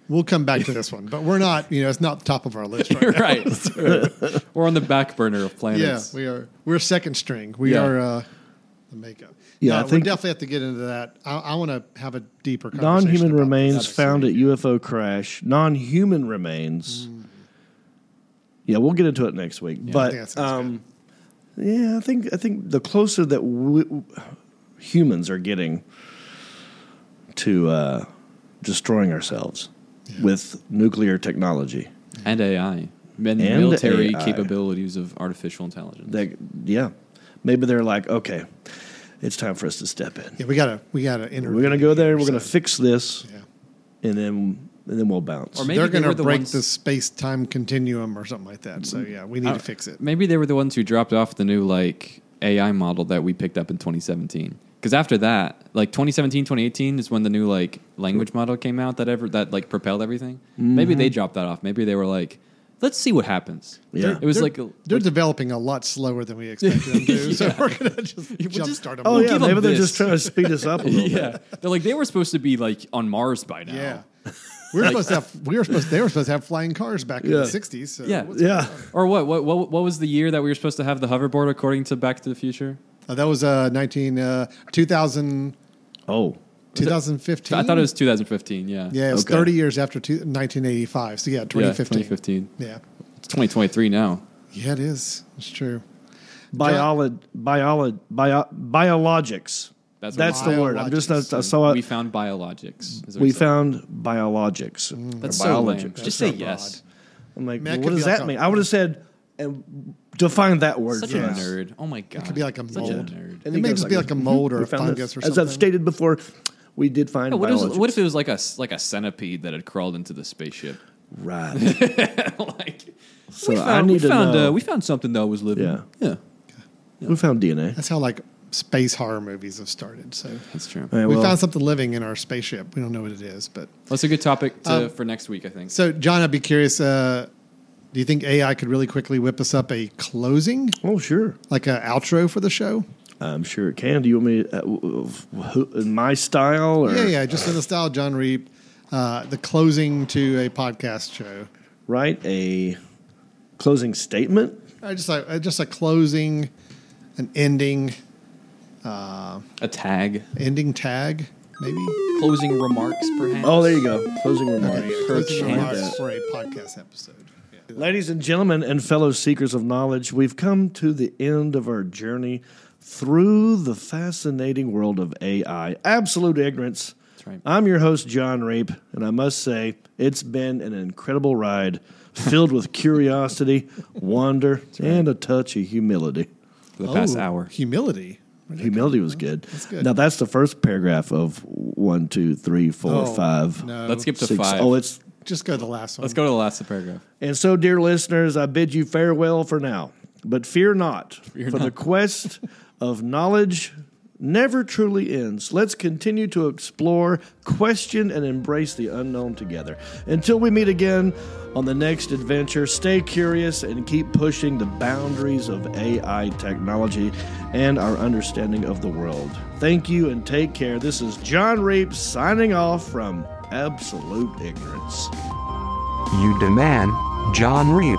we'll come back to this one. But we're not, you know, it's not the top of our list right, now.
right. We're on the back burner of
Yeah,
planets.
we are. We're second string. We
Yeah.
are uh, the makeup.
Yeah, I
we
think-
definitely have to get into that. I, I want to have a deeper conversation.
Non-human
about this.
remains found at UFO crash. Non-human remains. Yeah, we'll get into it next week.
Mm-hmm. I think that
but
sounds
um, yeah, I think I think the closer that we, humans are getting to uh, destroying ourselves with nuclear technology,
and AI and,
And
military
AI.
capabilities of artificial intelligence.
that yeah, maybe they're like, okay, it's time for us to step in.
Yeah, we gotta we gotta interview.
We're gonna go there.
here,
We're gonna
so,
fix this,
yeah.
and then and then we'll bounce.
Or maybe
They're
they were
gonna
the
break
ones-
the space time continuum or something like that. So yeah, we need
Oh.
to fix it.
Maybe they were the ones who dropped off the new like AI model that we picked up in 2017. Because after that, like 2017, 2018 is when the new like language model came out that ever that like propelled everything. Maybe they dropped that off. Maybe they were like, let's see what happens.
Yeah.
it was
They're-
like a,
they're developing a lot slower than we expected them to. So we're gonna just jumpstart them.
Oh
We'll
yeah,
give 'em
maybe they're
this.
just trying to speed us up a little bit.
yeah. They're like they were supposed to be like on Mars by now.
yeah. We're supposed to have we were supposed they were supposed to have flying cars back in
Yeah.
the sixties. So
Yeah.
what's-
Yeah,
Or what, what? What? What was the year that we were supposed to have the hoverboard according to Back to the Future?
uh, that was uh, 19, uh, 2000,
Oh,
2015.
I thought it was 2015. Yeah.
yeah, it was
Okay.
thirty years after two, 1985. So yeah,
Yeah,
2015.
2015.
Yeah,
It's 2023 now.
yeah, it is. It's true.
biolo- biolo- bio- biologics.
That's
That's,
what
the word. I'm just
Biologics.
I saw
We
it.
found biologics. is what
uh, We,
he said.
found biologics. Mm. or
That's so lame.
biologics.
Just
so
say yes.
I'm like,
Man, it
well,
could
what
be
does
like
that
a-
mean? I would have said, and define that word.
Such
for us.
a nerd. Oh my god.
could be like a
Such
mold.
a nerd.
And
It
he
may
goes
just be like a
"Mhm,
mold or
we
a
found
fungus or
As I've
something."
stated before, we did find
Yeah, what, is,
biologics.
what if it was like a s- like a centipede that had crawled into the spaceship?
right?
like
So
we
I
found, we,
need to
found
know-
Uh, we found something that was living.
Yeah.
yeah,
we found DNA.
That's how like space horror movies have started. So
that's true.
All right,
we
well,
found something living in our spaceship. We don't know what it is, but
That's a good topic to,
Um,
for next week. I think.
so John, I'd be curious. Uh, do you think AI could really quickly whip us up a closing,
Oh sure,
like an outro for the show?
I'm sure it can. Do you want me uh, w- w- who- in my style? Or,
Yeah, yeah, just in the style of John Reap, uh, the closing to a podcast show.
Write a closing statement.
I just like uh, just a closing, an ending,
a tag,
ending tag, maybe.
closing remarks, perhaps.
Oh, there you go. Closing remarks.
Closing
Like
remarks
that.
for a podcast episode. Yeah.
Ladies and gentlemen, and fellow seekers of knowledge, we've come to the end of our journey through the fascinating world of AI. Absolute ignorance. That's
right.
I'm your host, John Rape, and I must say it's been an incredible ride filled with curiosity, wonder, and a touch of humility.
for the past
Oh,
hour.
humility.
Humility was good.
good.
Now, that's the first paragraph of one, two, three, four,
Oh,
five,
No,
Let's skip to
six.
five.
Oh, it's
Just go to the last one.
Let's go to the last paragraph.
And so, dear listeners, I bid you farewell for now. But fear not, for the quest of knowledge never truly ends. Let's continue to explore, question, and embrace the unknown together. Until we meet again on the next adventure, stay curious and keep pushing the boundaries of AI technology and our understanding of the world. Thank you and take care. This is John Reap signing off from Absolute Ignorance.
You demand, John Reap.